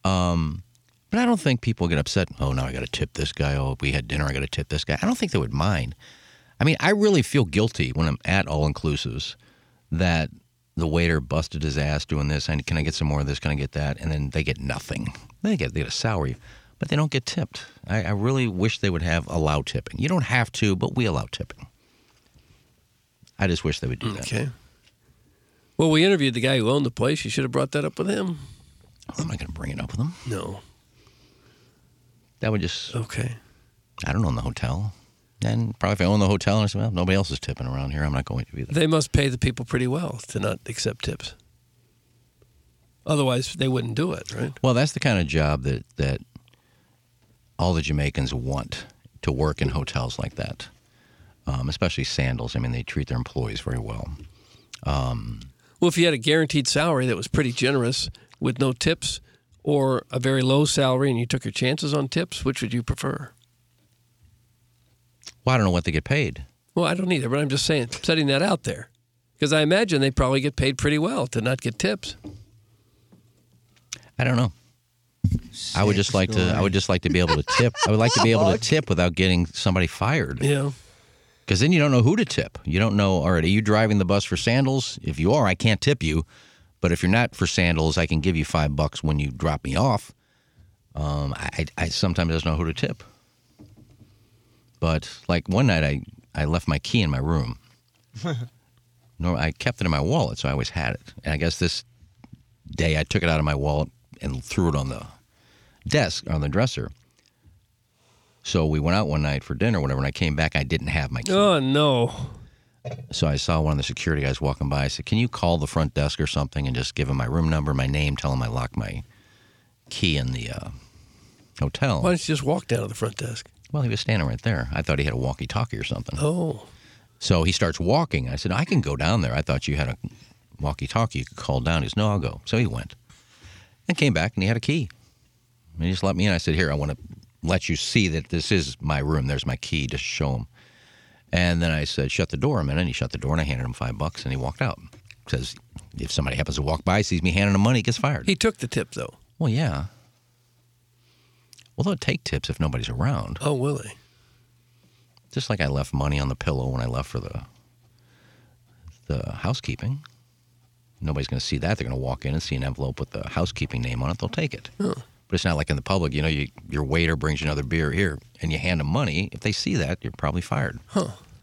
Speaker 5: Um, but I don't think people get upset. Oh, now I got to tip this guy. Oh, we had dinner. I got to tip this guy. I don't think they would mind. I mean, I really feel guilty when I'm at all inclusives that the waiter busted his ass doing this. And can I get some more of this? Can I get that? And then they get nothing. They get they get a salary, but they don't get tipped. I, I really wish they would have allow tipping. You don't have to, but we allow tipping. I just wish they would do that.
Speaker 3: Okay. Well, we interviewed the guy who owned the place. You should have brought that up with him.
Speaker 5: I'm not going to bring it up with him.
Speaker 3: No.
Speaker 5: That would just
Speaker 3: okay.
Speaker 5: I don't own the hotel, and probably if I own the hotel, I say, well, nobody else is tipping around here. I'm not going to either.
Speaker 3: They must pay the people pretty well to not accept tips. Otherwise, they wouldn't do it, right?
Speaker 5: Well, that's the kind of job that that all the Jamaicans want to work in hotels like that, um, especially sandals. I mean, they treat their employees very well. Um,
Speaker 3: Well, if you had a guaranteed salary that was pretty generous with no tips, or a very low salary and you took your chances on tips, which would you prefer?
Speaker 5: well, I don't know what they get paid.
Speaker 3: Well, I don't either, but I'm just saying, setting that out there. Because I imagine they probably get paid pretty well to not get tips.
Speaker 5: I don't know. I would just like to. I would just like to be able to tip. I would like to be able to tip without getting somebody fired.
Speaker 3: Yeah.
Speaker 5: Because then you don't know who to tip. You don't know, all right, are you driving the bus for sandals? If you are, I can't tip you. But if you're not for sandals, I can give you five bucks when you drop me off. Um, I, I I sometimes don't know who to tip. But like one night, I, I left my key in
Speaker 3: <laughs>
Speaker 5: my room. No, I kept it in my wallet, so I always had it. And I guess this day I took it out of my wallet and threw it on the desk, on the dresser. So we went out one night for dinner, whatever, and I came back, I didn't have my key.
Speaker 3: Oh, no.
Speaker 5: So I saw one of the security guys walking by. I said, Can you call the front desk or something and just give him my room number, my name, tell him I locked my key in the uh, hotel?
Speaker 3: Why don't you just walk down to the front desk?
Speaker 5: Well, he was standing right there. I thought he had a walkie talkie or something.
Speaker 3: Oh.
Speaker 5: So he starts walking. I said, I can go down there. I thought you had a walkie talkie. You could call down. He says, No, I'll go. So he went and came back and he had a key. And he just let me in. I said, Here, I want to let you see that this is my room. There's my key. Just show him. And then I said, Shut the door a minute. And he shut the door and I handed him five bucks and he walked out. Because if somebody happens to walk by, sees me handing him money, he gets fired.
Speaker 3: He took the tip, though.
Speaker 5: Well, yeah. Well, they'll take tips if nobody's around.
Speaker 3: Oh, will he?
Speaker 5: Just like I left money on the pillow when I left for the the housekeeping. Nobody's going to see that. They're going to walk in and see an envelope with the housekeeping name on it. They'll take it.
Speaker 3: Huh.
Speaker 5: But it's not like in the public. You know, you, your waiter brings you another beer here, and you hand them money. If they see that, you're probably fired.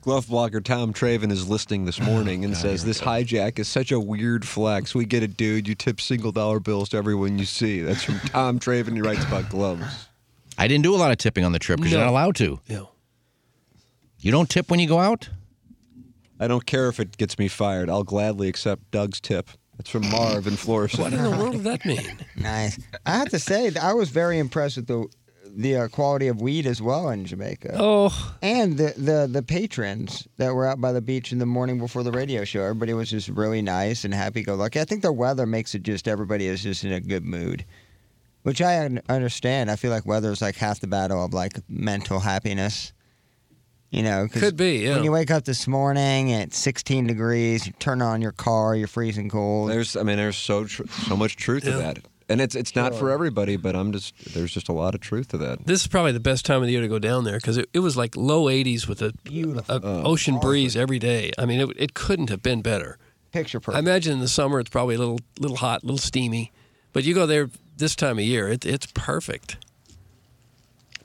Speaker 2: Glove blogger Tom Traven is listening
Speaker 3: <sighs> Oh,
Speaker 2: this morning and says this hijack is such a weird flex. We get it, dude. You tip single dollar bills to everyone you see. That's
Speaker 3: <laughs>
Speaker 2: from Tom Traven. He writes about gloves.
Speaker 5: I didn't do a lot of tipping on the trip because you're
Speaker 2: No.
Speaker 5: not allowed to.
Speaker 3: No.
Speaker 5: You don't tip when you go out.
Speaker 2: I don't care if it gets me fired. I'll gladly accept Doug's tip. It's from Marv in Florissant.
Speaker 3: What in the world does that mean?
Speaker 4: Nice. I have to say, that I was very impressed with the the uh, quality of weed as well in Jamaica.
Speaker 3: Oh,
Speaker 4: and the, the the patrons that were out by the beach in the morning before the radio show. Everybody was just really nice and happy go lucky. I think the weather makes it just everybody is just in a good mood, which I un- understand. I feel like weather is like half the battle of like mental happiness. You know, 'cause
Speaker 3: Could be, yeah.
Speaker 4: When you wake up this morning and it's 16 degrees, you turn on your car, you're freezing
Speaker 2: <laughs>
Speaker 4: cold.
Speaker 2: There's, I mean, there's so tr- so much truth to
Speaker 3: Yeah.
Speaker 2: that, and it's it's not for
Speaker 3: Sure.
Speaker 2: everybody, but I'm just there's just a lot of truth to that.
Speaker 3: This is probably the best time of the year to go down there because it, it was like low 80s with a, a ocean breeze every day. I mean, it, it couldn't have been better.
Speaker 4: Picture perfect.
Speaker 3: I imagine in the summer it's probably a little little hot, a little steamy, but you go there this time of year, it, it's perfect.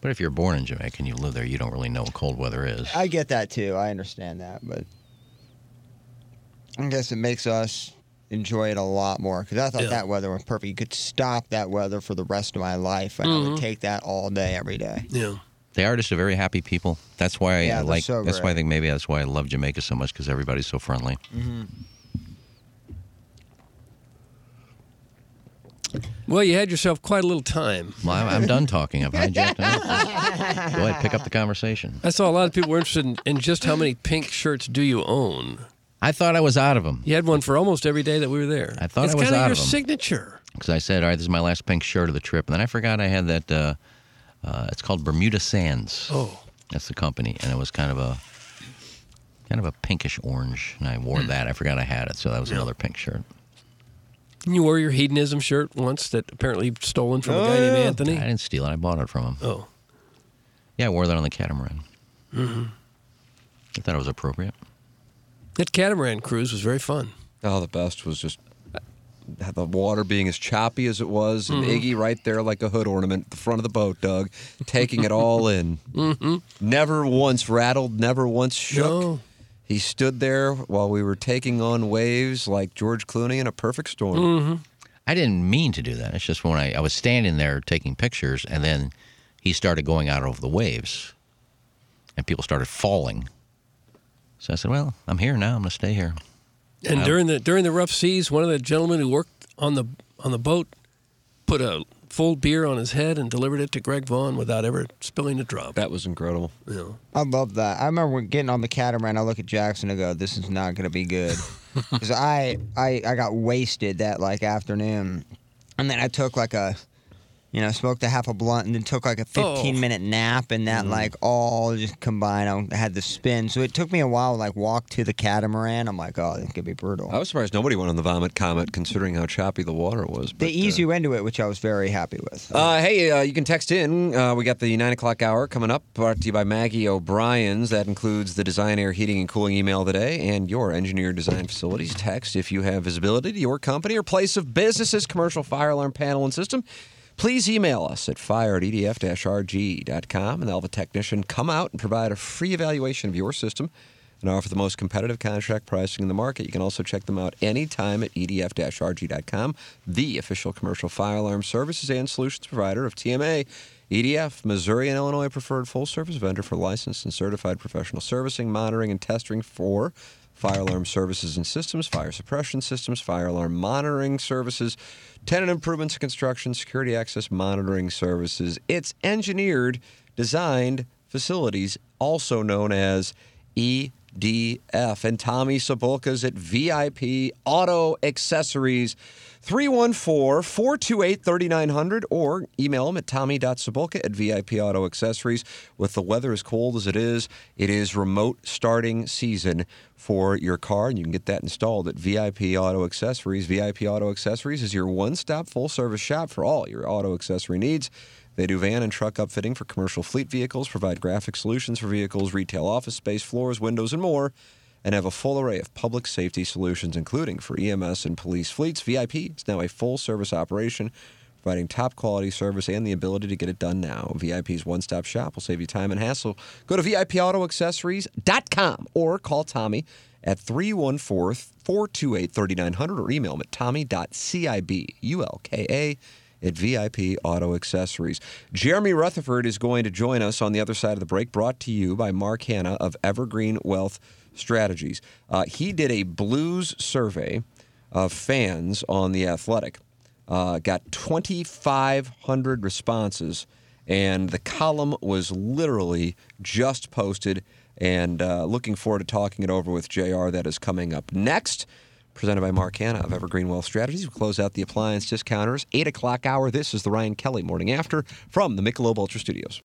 Speaker 5: But if you're born in Jamaica and you live there, you don't really know what cold weather is.
Speaker 4: I get that too. I understand that, but I guess it makes us enjoy it a lot more because I thought
Speaker 5: Yeah.
Speaker 4: that weather was perfect. You could stop that weather for the rest of my life, and I would
Speaker 5: Mhm.
Speaker 4: take that all day, every day.
Speaker 3: Yeah.
Speaker 5: They are just a very happy people. That's why
Speaker 4: Yeah,
Speaker 5: I
Speaker 4: they're
Speaker 5: like.
Speaker 4: so
Speaker 5: that's why I
Speaker 4: great.
Speaker 5: think maybe that's why I love Jamaica so much because everybody's so friendly.
Speaker 3: Well, you had yourself quite a little time.
Speaker 5: Well, I'm, I'm done talking. I've hijacked. it. Go ahead, pick up the conversation.
Speaker 3: I saw a lot of people were interested in, in just how many pink shirts do you own.
Speaker 5: I thought I was out of them
Speaker 3: You had one for almost every day that we were there. I
Speaker 5: thought
Speaker 3: it's
Speaker 5: I was
Speaker 3: kind of
Speaker 5: out
Speaker 3: your
Speaker 5: of 'em.
Speaker 3: signature.
Speaker 5: because I said, "All right, this is my last pink shirt of the trip," and then I forgot I had that. Uh, uh, it's called Bermuda Sands.
Speaker 3: Oh.
Speaker 5: that's the company, and it was kind of a kind of a pinkish orange, and I wore that. I forgot I had it, so that was another pink shirt.
Speaker 3: And you wore your hedonism shirt once that apparently stolen from a guy named Anthony.
Speaker 5: I didn't steal it. I bought it from him.
Speaker 3: Oh.
Speaker 5: Yeah, I wore that on the catamaran.
Speaker 3: hmm
Speaker 5: I thought it was appropriate.
Speaker 3: That catamaran cruise was very fun.
Speaker 2: Oh, the best was just had the water being as choppy as it was, and
Speaker 3: Mhm.
Speaker 2: Iggy right there like a hood ornament at the front of the boat, Doug, taking it all in.
Speaker 3: Mm-hmm.
Speaker 2: Never once rattled, never once shook. He stood there while we were taking on waves like George Clooney in a perfect storm.
Speaker 5: I didn't mean to do that. It's just when I, I was standing there taking pictures, and then he started going out over the waves, and people started falling. So I said, "Well, I'm here now. I'm gonna stay here."
Speaker 3: And
Speaker 5: Wow.
Speaker 3: during the during the rough seas, one of the gentlemen who worked on the on the boat put a full beer on his head and delivered it to Greg Vaughn without ever spilling a drop.
Speaker 2: That was incredible.
Speaker 3: Yeah.
Speaker 4: I love that. I remember when getting on the catamaran. I look at Jackson and go, "This is not going to be good," because I, I I got wasted that like afternoon, and then I took like a, you know, smoked a half a blunt and then took like a fifteen minute nap, and that like all just combined. I had the spin, so it took me a while to like walk to the catamaran. I'm like, oh, this could be brutal.
Speaker 2: I was surprised nobody went on the vomit comet considering how choppy the water was.
Speaker 4: They ease you into it, which I was very happy with.
Speaker 2: Uh, hey, uh, you can text in. Uh, we got the 9 o'clock hour coming up, brought to you by Maggie O'Brien's. That includes the design, air, heating, and cooling email today and your engineer design facilities. Text if you have visibility to your company or place of business's commercial fire alarm panel and system. Please email us at fire at E edf-rg.com and they'll have a technician come out and provide a free evaluation of your system and offer the most competitive contract pricing in the market. You can also check them out anytime at E edf-rg.com, the official commercial fire alarm services and solutions provider of TMA. EDF, E Missouri and Illinois preferred full service vendor for licensed and certified professional servicing, monitoring, and testing for fire alarm services and systems, fire suppression systems, fire alarm monitoring services, tenant improvements and construction, security access monitoring services. It's engineered, designed facilities, also known as EDF. E And Tommy Sabulka's at VIP Auto Accessories, 314 428 3900, or email him at tommy.sabulka at VIP Auto Accessories. With the weather as cold as it is, it is remote starting season for your car, and you can get that installed at VIP Auto Accessories. VIP Auto Accessories is your one stop full service shop for all your auto accessory needs. They do van and truck upfitting for commercial fleet vehicles, provide graphic solutions for vehicles, retail office space, floors, windows, and more, and have a full array of public safety solutions, including for EMS and police fleets. VIP is now a full service operation, providing top quality service and the ability to get it done now. VIP's one stop shop will save you time and hassle. Go to VIPAutoAccessories.com or call Tommy at 314 428 3900 or email him at tommy.cibulka at VIP Auto Accessories. Jeremy Rutherford is going to join us on the other side of the break, brought to you by Mark Hanna of Evergreen Wealth Strategies. Uh, he did a blues survey of fans on The Athletic. Uh, got 2,500 responses, and the column was literally just posted. And uh, looking forward to talking it over with JR. That is coming up next. Presented by Mark Hanna of Evergreen Wealth Strategies. We close out the appliance discounters. 8 o'clock hour. This is the Ryan Kelly Morning After from the Michelob Ultra Studios.